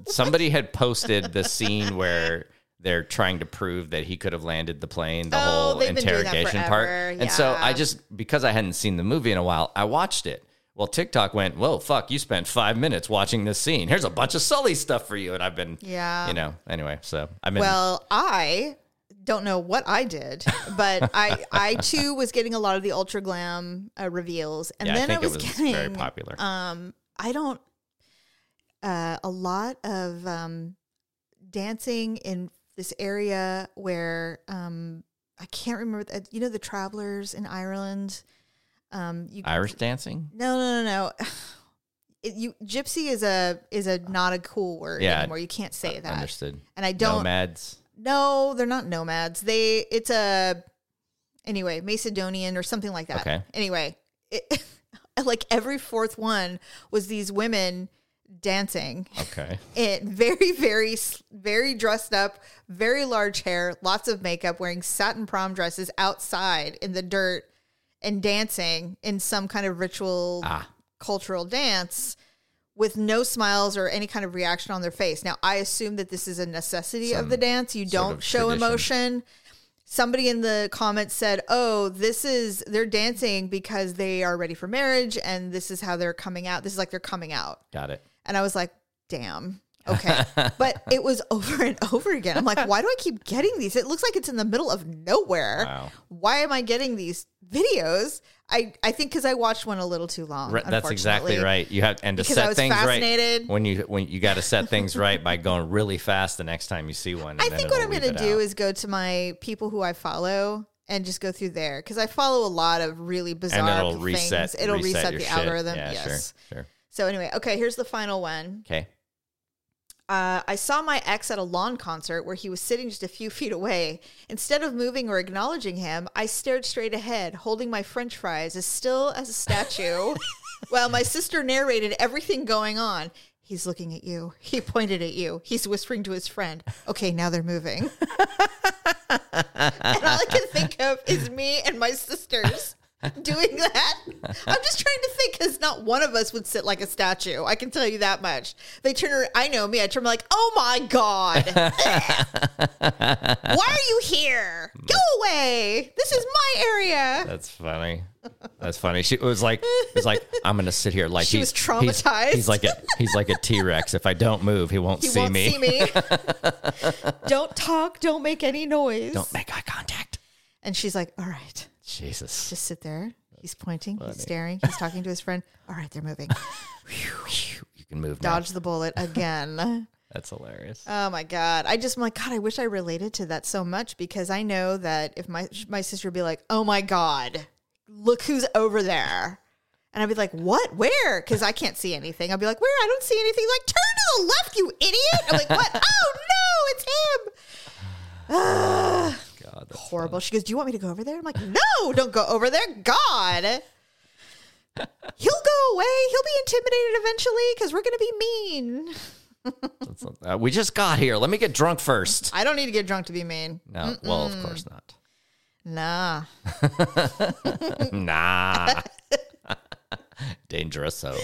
S2: somebody had posted the scene where they're trying to prove that he could have landed the plane, the
S1: Oh,
S2: whole
S1: they've been doing that
S2: interrogation part.
S1: forever,
S2: And so I
S1: yeah.
S2: just because I hadn't seen the movie in a while, I watched it. Well, TikTok went, "Whoa, fuck! You spent five minutes watching this scene. Here's a bunch of Sully stuff for you." And I've been,
S1: Yeah.
S2: you know. Anyway, so I've been
S1: Well, I don't know what I did, but I I too was getting a lot of the ultra glam uh, reveals, and
S2: Yeah, I
S1: then I,
S2: think
S1: was,
S2: it was
S1: getting
S2: very popular.
S1: Um, I don't uh, a lot of um, dancing in this area where um, I can't remember. The, you know the travelers in Ireland. Um, you
S2: Irish dancing.
S1: no, no, no, no. It, you gypsy is a is a not a cool word
S2: Yeah.
S1: anymore. You can't say that.
S2: Understood.
S1: And I don't
S2: Nomads.
S1: no, they're not nomads. They it's a anyway, Macedonian or something like that.
S2: Okay.
S1: Anyway, it, like every fourth one was these women dancing.
S2: Okay.
S1: It very very s- very dressed up, very large hair, lots of makeup, wearing satin prom dresses outside in the dirt and dancing in some kind of ritual
S2: Ah.
S1: cultural dance. With no smiles or any kind of reaction on their face. Now, I assume that this is a necessity of the dance. You don't
S2: of
S1: show
S2: tradition.
S1: emotion. Somebody in the comments said, "Oh, this is they're dancing because they are ready for marriage, and this is how they're coming out. This is like they're coming out."
S2: Got it.
S1: And I was like, "Damn, okay." but it was over and over again. I'm like, "Why do I keep getting these? It looks like it's in the middle of nowhere.
S2: Wow.
S1: Why am I getting these videos?" I, I think because I watched one a little too long.
S2: Right, that's exactly
S1: unfortunately.
S2: right. You have and to
S1: Because I
S2: set
S1: was
S2: things right
S1: fascinated.
S2: when you when you got to set things right by going really fast the next time you see one. and
S1: I
S2: then
S1: think what
S2: it'll
S1: I'm
S2: weed
S1: going to
S2: it
S1: do
S2: out.
S1: is go to my people who I follow and just go through there because I follow a lot of really bizarre
S2: and it'll
S1: things.
S2: reset.
S1: it'll reset,
S2: your
S1: the
S2: shit.
S1: algorithm.
S2: Yeah,
S1: yes.
S2: Sure. Sure.
S1: So anyway, okay, here's the final one.
S2: Okay.
S1: Uh, I saw my ex at a lawn concert where he was sitting just a few feet away. Instead of moving or acknowledging him, I stared straight ahead, holding my French fries as still as a statue, while my sister narrated everything going on. He's looking at you. He pointed at you. He's whispering to his friend. Okay, now they're moving. and all I can think of is me and my sisters doing that. I'm just trying to think because not one of us would sit like a statue. I can tell you that much. They turn around, I know me, I turn like, oh my God. Why are you here? Go away. This is my area.
S2: That's funny. That's funny. She it was like, it was like, I'm gonna sit here like
S1: She
S2: he's-
S1: was
S2: he's- He's,
S1: traumatized.
S2: like a he's like a T Rex. If I don't move, he won't
S1: You
S2: see
S1: won't
S2: me.
S1: see me. don't talk. Don't make any noise.
S2: Don't make eye contact.
S1: And she's like, all right,
S2: Jesus.
S1: just sit there. He's pointing, he's staring, he's talking to his friend. All right, they're moving.
S2: You can move now.
S1: Dodge the bullet again.
S2: That's hilarious.
S1: Oh my god! I just I'm like God. I wish I related to that so much because I know that if my my sister would be like, "Oh my god, look who's over there," and I'd be like, "What? Where?" Because I can't see anything. I'd be like, "Where? I don't see anything." Like, turn to the left, you idiot! I'm like, "What? oh no, it's him!"
S2: God, that's
S1: Horrible. She goes, "Do you want me to go over there?" I'm like, "No, don't go over there, God." He'll go away. He'll be intimidated eventually because we're gonna be mean.
S2: Uh, we just got here. Let me get drunk first.
S1: I don't need to get drunk to be mean.
S2: No, well, of course not.
S1: Nah.
S2: Nah. Dangerous. So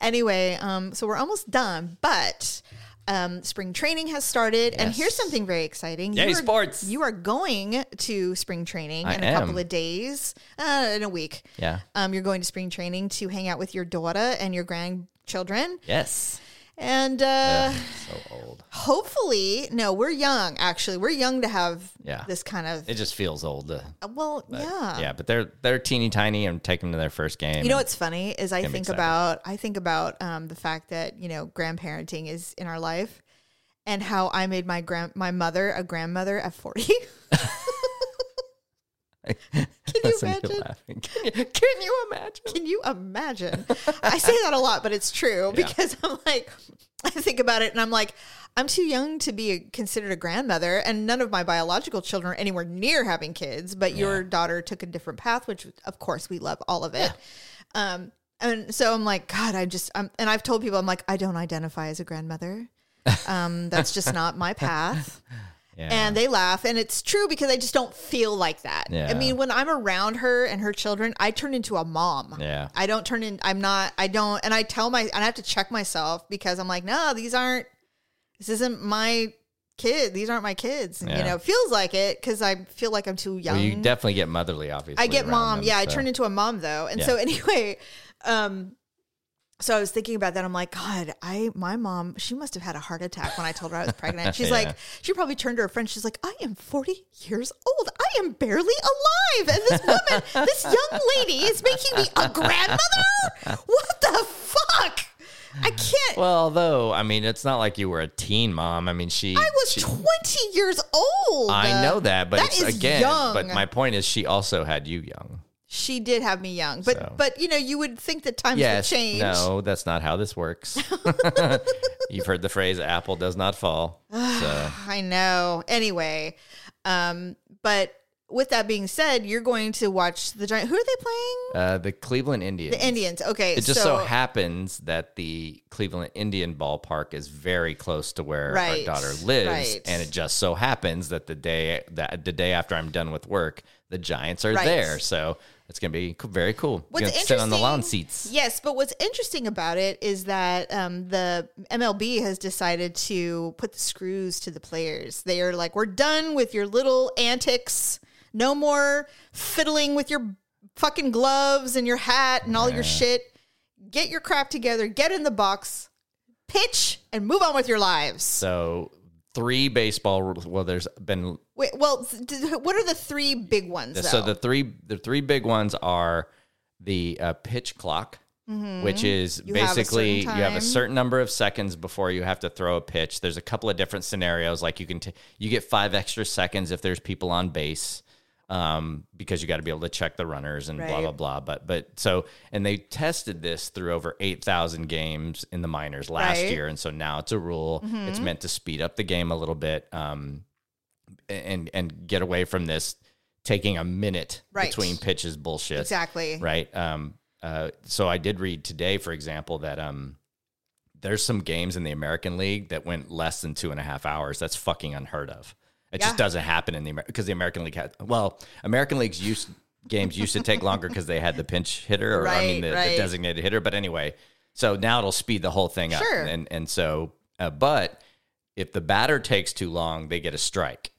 S1: Anyway, um, so we're almost done, but um, spring training has started, and
S2: Yes.
S1: here's something very exciting.
S2: Yay,
S1: you are,
S2: sports.
S1: You are going to spring training
S2: I
S1: in a
S2: am.
S1: couple of days, uh, in a week.
S2: yeah.
S1: Um, you're going to spring training to hang out with your daughter and your grandchildren,
S2: Yes.
S1: and uh,
S2: so old.
S1: hopefully, no, we're young. Actually, we're young to have
S2: Yeah.
S1: this kind of.
S2: It just feels old. uh,
S1: well, yeah,
S2: yeah, but they're they're teeny tiny and take them to their first game.
S1: Ah. You know what's funny is I
S2: me
S1: think
S2: excited.
S1: about I think about um, the fact that you know grandparenting is in our life, and how I made my grand my mother a grandmother at forty. Can you imagine?
S2: laughing. Can you, can you imagine?
S1: Can you imagine? I say that a lot, but it's true because I'm like, I think about it and I'm like, I'm too young to be a, considered a grandmother, and none of my biological children are anywhere near having kids. But your daughter took a different path, which of course we love all of it. Um, and so I'm like, God, I just, I'm, and I've told people, I'm like, I don't identify as a grandmother. Um, that's just not my path
S2: Yeah.
S1: and they laugh and it's true because i just don't feel like that i
S2: Yeah.
S1: mean when i'm around her and her children i turn into a mom
S2: Yeah.
S1: i don't turn in i'm not i don't and i tell my and i have to check myself because i'm like no these aren't this isn't my kid these aren't my kids you
S2: Yeah.
S1: know it feels like it because i feel like i'm too young
S2: well, you definitely get motherly, obviously.
S1: um, I get
S2: around
S1: mom.
S2: them,
S1: yeah, I
S2: so-
S1: turned into a mom though. And
S2: Yeah.
S1: so anyway, um so I was thinking about that. I'm like, God, I my mom, she must have had a heart attack when I told her I was pregnant. She's
S2: Yeah.
S1: like, she probably turned to her friend. She's like, I am 40 years old. I am barely alive. And this woman, this young lady is making me a grandmother? What the fuck? I can't
S2: Well, although I mean, it's not like you were a teen mom. I mean, she.
S1: I was 20 years old.
S2: I know that, but
S1: That
S2: it's
S1: is
S2: again.
S1: young.
S2: But my point is, she also had you young.
S1: she did have me young. But
S2: So.
S1: but you know, you would think that times
S2: Yes.
S1: would change.
S2: No, that's not how this works. You've heard the phrase "apple does not fall."
S1: Uh,
S2: So
S1: I know. Anyway, um, but with that being said, you're going to watch the giant. Who are they playing?
S2: uh, the Cleveland Indians.
S1: The Indians. Okay,
S2: It just so, happens that the Cleveland Indian ballpark is very close to where
S1: Right,
S2: our daughter lives,
S1: right.
S2: and it just so happens that the day that the day after I'm done with work, the Giants are
S1: Right.
S2: there. So it's gonna be co- very cool.
S1: What's
S2: We're gonna sit on the
S1: interesting-
S2: lawn seats.
S1: Yes, but what's interesting about it is that um, the MLB has decided to put the screws to the players. They are like, we're done with your little antics. No more fiddling with your fucking gloves and your hat and all your shit. Get your crap together. Get in the box, pitch, and move on with your lives.
S2: So three baseball. rules- Well, there's been
S1: Wait, well, th- th- what are the three big ones? Though?
S2: so the three the three big ones are the uh, pitch clock, which is
S1: Mm-hmm. have a
S2: basically you
S1: certain
S2: have
S1: time.
S2: a certain number of seconds before you have to throw a pitch. There's a couple of different scenarios, like you can t- you get five extra seconds if there's people on base. Um, because you got to be able to check the runners and blah
S1: Right.
S2: blah blah. But but so and they tested this through over eight thousand games in the minors last
S1: Right. Mm-hmm.
S2: year, and so now it's a rule. It's meant to speed up the game a little bit. Um, and and get away from this taking a minute
S1: Right.
S2: between pitches bullshit.
S1: exactly
S2: Right. Um. Uh. So I did read today, for example, that um, there's some games in the American League that went less than two and a half hours. That's fucking unheard of. It
S1: Yeah.
S2: just doesn't happen in the because the American League had well, American League's used games used to take longer because they had the pinch hitter or I mean
S1: Right,
S2: the,
S1: right.
S2: the designated hitter. But anyway, so now it'll speed the whole thing up.
S1: Sure.
S2: And and so, uh, but if the batter takes too long, they get a strike.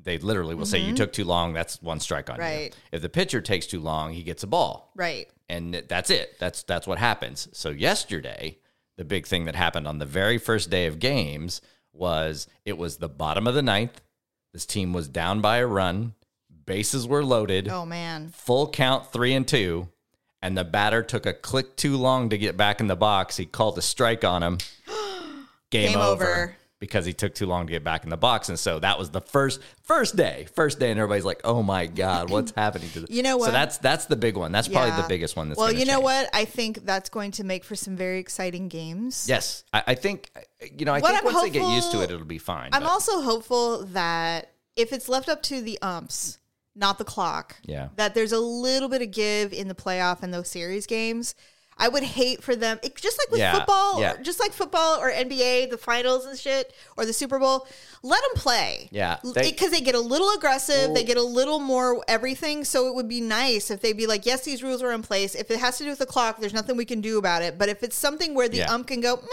S2: They literally will say you took too long. That's one strike on
S1: Right.
S2: you. If the pitcher takes too long, he gets a ball
S1: right.
S2: and that's it. That's that's what happens. So yesterday, the big thing that happened on the very first day of games was it was the bottom of the ninth. This team was down by a run. Bases were loaded.
S1: Oh man,
S2: Full count three and two. And the batter took a click too long to get back in the box. He called a strike on him. Game,
S1: Game
S2: over.
S1: over.
S2: Because he took too long to get back in the box. And so that was the first first day. First day. And everybody's like, oh my God, what's happening to this?
S1: You know what?
S2: So that's that's the big one. That's probably
S1: Yeah.
S2: the biggest one that's
S1: well,
S2: gonna
S1: you know
S2: change.
S1: what? I think that's going to make for some very exciting games.
S2: Yes, I, I think you know. I
S1: What
S2: think
S1: I'm
S2: once they get used to it,
S1: hopeful-
S2: it'll be fine.
S1: I'm
S2: but-
S1: also hopeful that if it's left up to the umps, not the clock,
S2: Yeah.
S1: that there's a little bit of give in the playoff and those series games. I would hate for them, it, just like with
S2: Yeah,
S1: football,
S2: yeah.
S1: Or just like football or NBA, the finals and shit, or the Super Bowl. Let them play,
S2: Yeah, they-
S1: because they, get a little aggressive, they get a little more everything. So it would be nice if they'd be like, "Yes, these rules are in place. If it has to do with the clock, there's nothing we can do about it. But if it's something where the
S2: Yeah.
S1: ump can go, meh,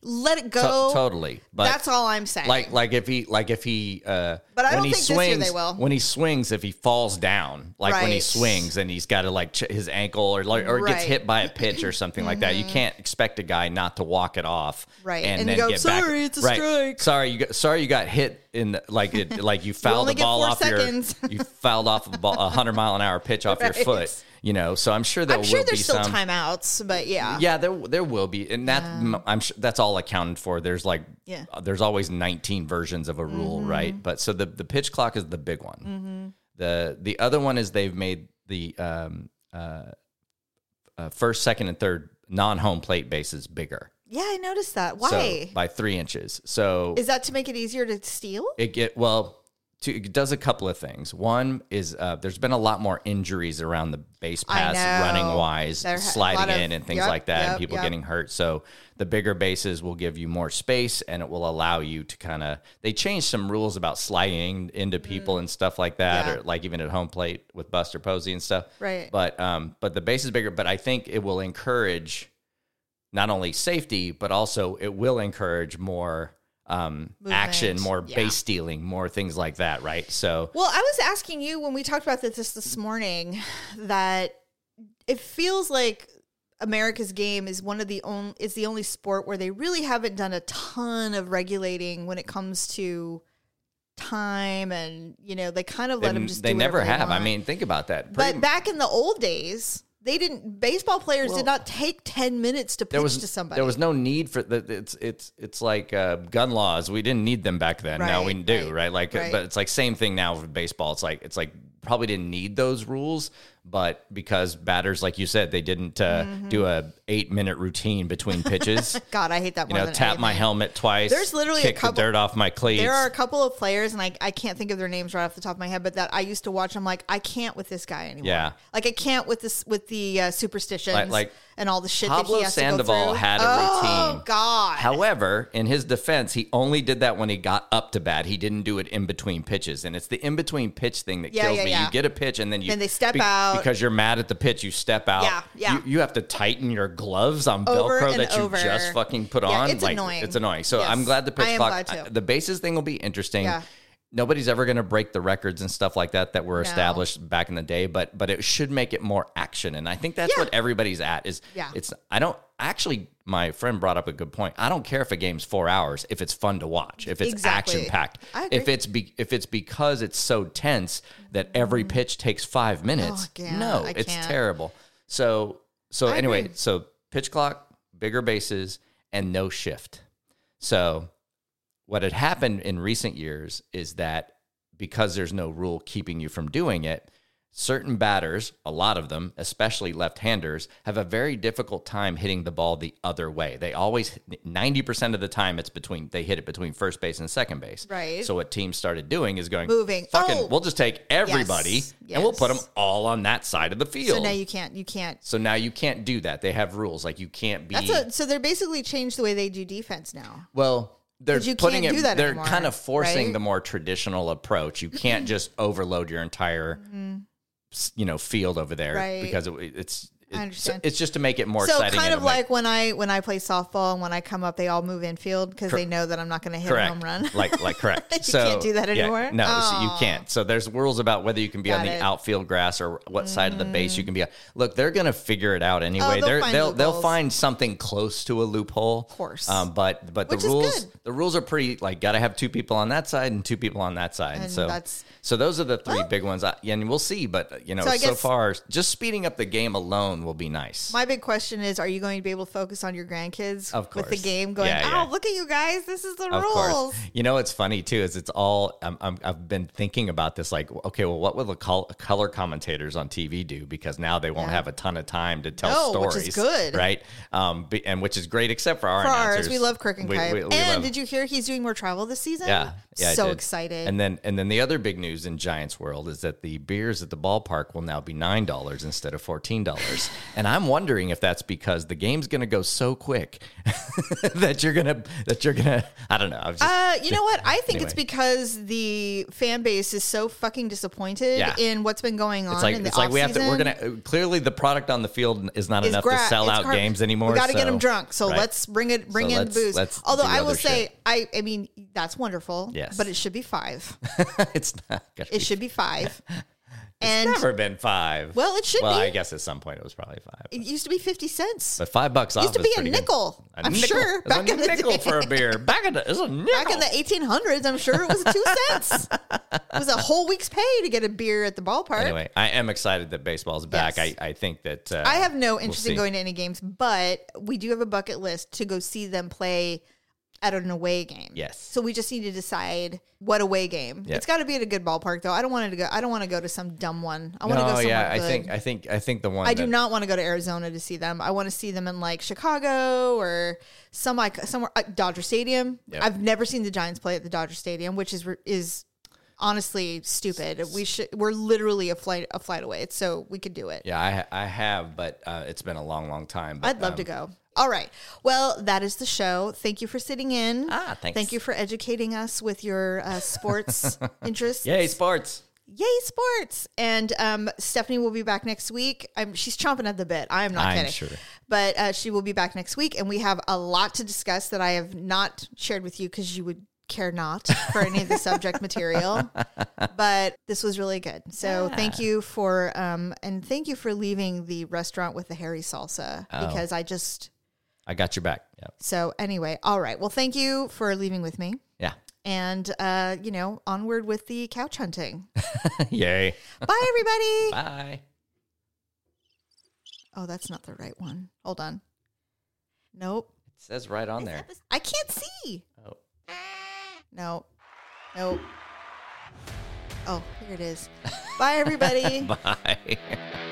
S1: let it
S2: To-
S1: go.
S2: totally. But
S1: That's all I'm saying.
S2: like like if he like if he uh
S1: But I
S2: when
S1: don't
S2: he
S1: think this year
S2: swings
S1: they will.
S2: when he swings if he falls down like when he
S1: Right.
S2: swings and he's got to like ch- his ankle or like or gets
S1: Right. Mm-hmm.
S2: hit by a pitch or something like that you can't expect a guy not to walk it off
S1: Right.
S2: and,
S1: And you
S2: then
S1: go,
S2: get back-
S1: "Sorry, it's a
S2: Right.
S1: strike."
S2: sorry you got, sorry you got hit in the, like it like you fouled
S1: only
S2: the
S1: get
S2: ball
S1: four
S2: off
S1: seconds.
S2: your you fouled off a, ball, a hundred mile an hour pitch off your
S1: Right.
S2: foot you know so I'm sure there
S1: I'm
S2: will
S1: sure
S2: be
S1: there's still
S2: some
S1: timeouts, but yeah.
S2: yeah, there there will be, and that m I'm sure that's all accounted for. There's like
S1: Yeah. Mm-hmm.
S2: uh, there's always 19 versions of a rule, right? But so the the pitch clock is the big one. The the other one is they've made the um, uh, uh, first, second, and third non-home plate bases bigger.
S1: Yeah, I noticed that.
S2: So,
S1: Why?
S2: by three inches. So
S1: Is that to make it easier to steal?
S2: it get well. To, it does a couple of things. One is uh, there's been a lot more injuries around the base
S1: I
S2: pass,
S1: know.
S2: running wise,
S1: There ha- a lot
S2: sliding
S1: of-
S2: in, and things
S1: yep,
S2: like that,
S1: yep,
S2: and people
S1: yep.
S2: getting hurt. So the bigger bases will give you more space, and it will allow you to kind of. They changed some rules about sliding into people and stuff like that,
S1: Mm. Yeah.
S2: or like even at home plate with Buster Posey and stuff.
S1: Right.
S2: But um, but the base is bigger. But I think it will encourage not only safety, but also it will encourage more um, action,
S1: Movement.
S2: more
S1: Yeah.
S2: base stealing, more things like that, right? So
S1: Well, I was asking you when we talked about this this morning that it feels like America's game is one of the only is the only sport where they really haven't done a ton of regulating when it comes to time and you know they kind of let them
S2: they,
S1: just
S2: they
S1: do whatever
S2: never have. I
S1: want.
S2: mean, think about that. Pretty
S1: but
S2: m-
S1: back in the old days they didn't baseball players did not take 10 minutes to pitch
S2: there was
S1: to somebody
S2: there was no need for the, it's it's it's like uh, gun laws. We didn't need them back then. now we
S1: Right,
S2: do,
S1: right,
S2: right? Like, uh,
S1: right.
S2: but it's like same thing now for baseball. It's like it's like probably didn't need those rules, but because batters, like you said, they didn't uh,
S1: Mm-hmm.
S2: do a eight minute routine between pitches.
S1: god i hate that
S2: you
S1: more
S2: know,
S1: than
S2: tap my
S1: anything.
S2: helmet twice.
S1: There's literally a
S2: kick
S1: couple-
S2: the dirt off my cleats.
S1: There are a couple of players, and I, I can't think of their names right off the top of my head, but that I used to watch. I'm like, I can't with this guy anymore.
S2: Yeah.
S1: like I can't with this with the uh, superstitions
S2: Like- like
S1: and all the shit. that
S2: Pablo
S1: he has to
S2: Sandoval
S1: go through.
S2: had a
S1: oh,
S2: routine.
S1: God,
S2: However, in his defense, he only did that when he got up to bat. He didn't do it in between pitches, and it's the in between pitch thing that
S1: Yeah,
S2: kills
S1: yeah,
S2: me.
S1: yeah.
S2: You get a pitch, and then you
S1: Then they step out.
S2: because you're mad at the pitch. You step out.
S1: Yeah, yeah.
S2: You, you have to tighten your gloves on
S1: Over
S2: Velcro
S1: and
S2: that you
S1: over.
S2: just fucking put
S1: Yeah,
S2: on.
S1: it's annoying.
S2: It's annoying. So
S1: Yes.
S2: I'm glad the pitch
S1: I am
S2: clock.
S1: glad too.
S2: the bases thing will be interesting.
S1: Yeah.
S2: Nobody's ever going to break the records and stuff like that that were
S1: No.
S2: established back in the day, but but it should make it more action, and I think that's
S1: Yeah.
S2: what everybody's at is
S1: Yeah.
S2: it's I don't actually my friend brought up a good point. I don't care if a game's 4 hours if it's fun to watch, if it's
S1: Exactly.
S2: action packed.
S1: I agree.
S2: If it's be, if it's because it's so tense that every pitch takes 5 minutes.
S1: Mm. Oh, yeah,
S2: no,
S1: I
S2: it's
S1: can't.
S2: terrible. So so anyway,
S1: agree.
S2: so pitch clock, bigger bases and no shift. So what had happened in recent years is that because there's no rule keeping you from doing it, certain batters, a lot of them, especially left handers, have a very difficult time hitting the ball the other way. They always, 90% of the time, it's between, they hit it between first base and second base.
S1: Right.
S2: So what teams started doing is going,
S1: Moving.
S2: fucking,
S1: Oh.
S2: we'll just take everybody
S1: Yes.
S2: and we'll put them
S1: Yes.
S2: all on that side of the field.
S1: So now you can't. You can't.
S2: So now you can't do that. They have rules. Like you can't be.
S1: That's a, so they're basically changed the way they do defense now.
S2: Well, they're
S1: 'Cause you
S2: putting
S1: can't
S2: it.
S1: do that
S2: they're
S1: anymore,
S2: kind of forcing
S1: right?
S2: the more traditional approach. You can't just overload your entire, s you know, field over there
S1: Mm-hmm. Right.
S2: because it, it's.
S1: I
S2: It's,
S1: understand.
S2: it's just to make it more
S1: So
S2: exciting.
S1: kind
S2: and
S1: of
S2: it'll
S1: like
S2: make-
S1: when I when I play softball and when I come up, they all move infield because they know that I'm not going to hit
S2: correct,
S1: a home run.
S2: like like correct.
S1: You
S2: so
S1: can't do that
S2: yeah,
S1: anymore?
S2: no, so you
S1: Aw.
S2: can't. So there's rules about whether you can be
S1: Got
S2: on the
S1: it. Mm.
S2: outfield grass or what side of the base you can be on. Look, they're gonna figure it out anyway.
S1: Oh, they'll
S2: they're,
S1: find
S2: they'll they'll
S1: loopholes.
S2: find something close to a loophole. Of
S1: course.
S2: um, but but
S1: Which
S2: the
S1: is
S2: rules
S1: good.
S2: the rules are pretty like gotta have two people on that side and two people on that side.
S1: And
S2: so
S1: that's-
S2: so those are the three big ones. I, and we'll see. But you know,
S1: So
S2: so,
S1: I guess-
S2: far, just speeding up the game alone will be nice.
S1: My big question is: Are you going to be able to focus on your grandkids
S2: Of
S1: with the
S2: course.
S1: game? Going,
S2: Yeah,
S1: oh,
S2: yeah.
S1: look at you guys! This is the
S2: of
S1: rules.
S2: course. You know, it's funny too, is it's all, I'm, I'm, I've been thinking about this like, okay, well, what will the col- color commentators on TV do? Because now they won't have a ton of time to tell
S1: No,
S2: stories.
S1: which is good.
S2: Right. Um, be, and which is great, except for our
S1: For
S2: announcers.
S1: ours, we love Kirk and
S2: We-
S1: Kite.
S2: we- we
S1: and
S2: love-
S1: did you hear he's doing more travel this season?
S2: yeah, yeah, I
S1: so
S2: did.
S1: excited.
S2: And then, and then the other big news in Giants world is that the beers at the ballpark will now be nine dollars instead of fourteen dollars. and I'm wondering if that's because the game's going to go so quick that you're gonna that you're gonna. I don't know. I was just,
S1: uh, you know what? I think it's
S2: Anyway.
S1: because the fan base is so fucking disappointed
S2: Yeah.
S1: in what's been going on.
S2: it's like
S1: in the
S2: it's like we have to. We're
S1: offseason.
S2: gonna uh, clearly the product on the field is not
S1: It's
S2: enough
S1: gra-
S2: to sell
S1: it's
S2: out
S1: gra-
S2: games anymore.
S1: We got to get
S2: so-
S1: them drunk. So
S2: right.
S1: let's bring it, bring
S2: So
S1: in
S2: let's-
S1: booze.
S2: let's
S1: Although
S2: do
S1: I will
S2: other
S1: say,
S2: shit.
S1: I, I mean, that's wonderful.
S2: Yes.
S1: but it should be five.
S2: it's not. Gonna
S1: It
S2: be,
S1: should be five. and
S2: never been five.
S1: Well, it should
S2: Well,
S1: be.
S2: I guess at some point it was probably five.
S1: it used to be fifty cents.
S2: But five bucks off
S1: used to
S2: is
S1: be a
S2: pretty good.
S1: nickel.
S2: A
S1: i I'm
S2: nickel.
S1: sure
S2: It's
S1: back
S2: a
S1: in the
S2: nickel
S1: day.
S2: for a beer. Back in the it's a nickel.
S1: Back in the 1800s, I'm sure it was two cents. It was a whole week's pay to get a beer at the ballpark.
S2: anyway, I am excited that baseball's back.
S1: Yes.
S2: I, I think that uh,
S1: I have no interest in
S2: see.
S1: going to any games, but we do have a bucket list to go see them play at an away game.
S2: Yes.
S1: So we just need to decide what away game.
S2: Yeah.
S1: It's got to be at a good ballpark though. I don't want it to go. I don't want to go to some dumb one. I want to go
S2: No,
S1: somewhere
S2: Oh, yeah, I
S1: good.
S2: think I think I think the one
S1: I do
S2: that-
S1: not want to go to Arizona to see them. I want to see them in like Chicago or some like somewhere uh, Dodger Stadium.
S2: Yep.
S1: I've never seen the Giants play at the Dodger Stadium, which is is honestly stupid. We should we're literally a flight a flight away. It's so we could do it.
S2: Yeah, I, ha- I have, but uh, it's been a long, long time. But, um,
S1: I'd love to go. All right. Well, that is the show. Thank you for sitting in.
S2: Ah, thanks.
S1: Thank you for educating us with your uh, sports interests.
S2: Yay, sports!
S1: Yay, sports! And um, Stephanie will be back next week. Um, she's chomping at the bit. I am not
S2: I'm
S1: kidding.
S2: sure.
S1: But uh, she will be back next week, and we have a lot to discuss that I have not shared with you because you would care not for any of the subject material. But this was really good. So thank you for um, and thank you for leaving the restaurant with the hairy salsa
S2: Oh.
S1: because I just
S2: I got your back. Yeah,
S1: so anyway. All right. Well, thank you for leaving with me,
S2: yeah.
S1: and uh, you know, onward with the couch hunting.
S2: Yay!
S1: Bye, everybody.
S2: Bye.
S1: Oh, that's not the right one. Hold on. Nope.
S2: It says right on there.
S1: I can't see.
S2: Oh.
S1: No. Nope. Oh, here it is. Bye, everybody.
S2: Bye.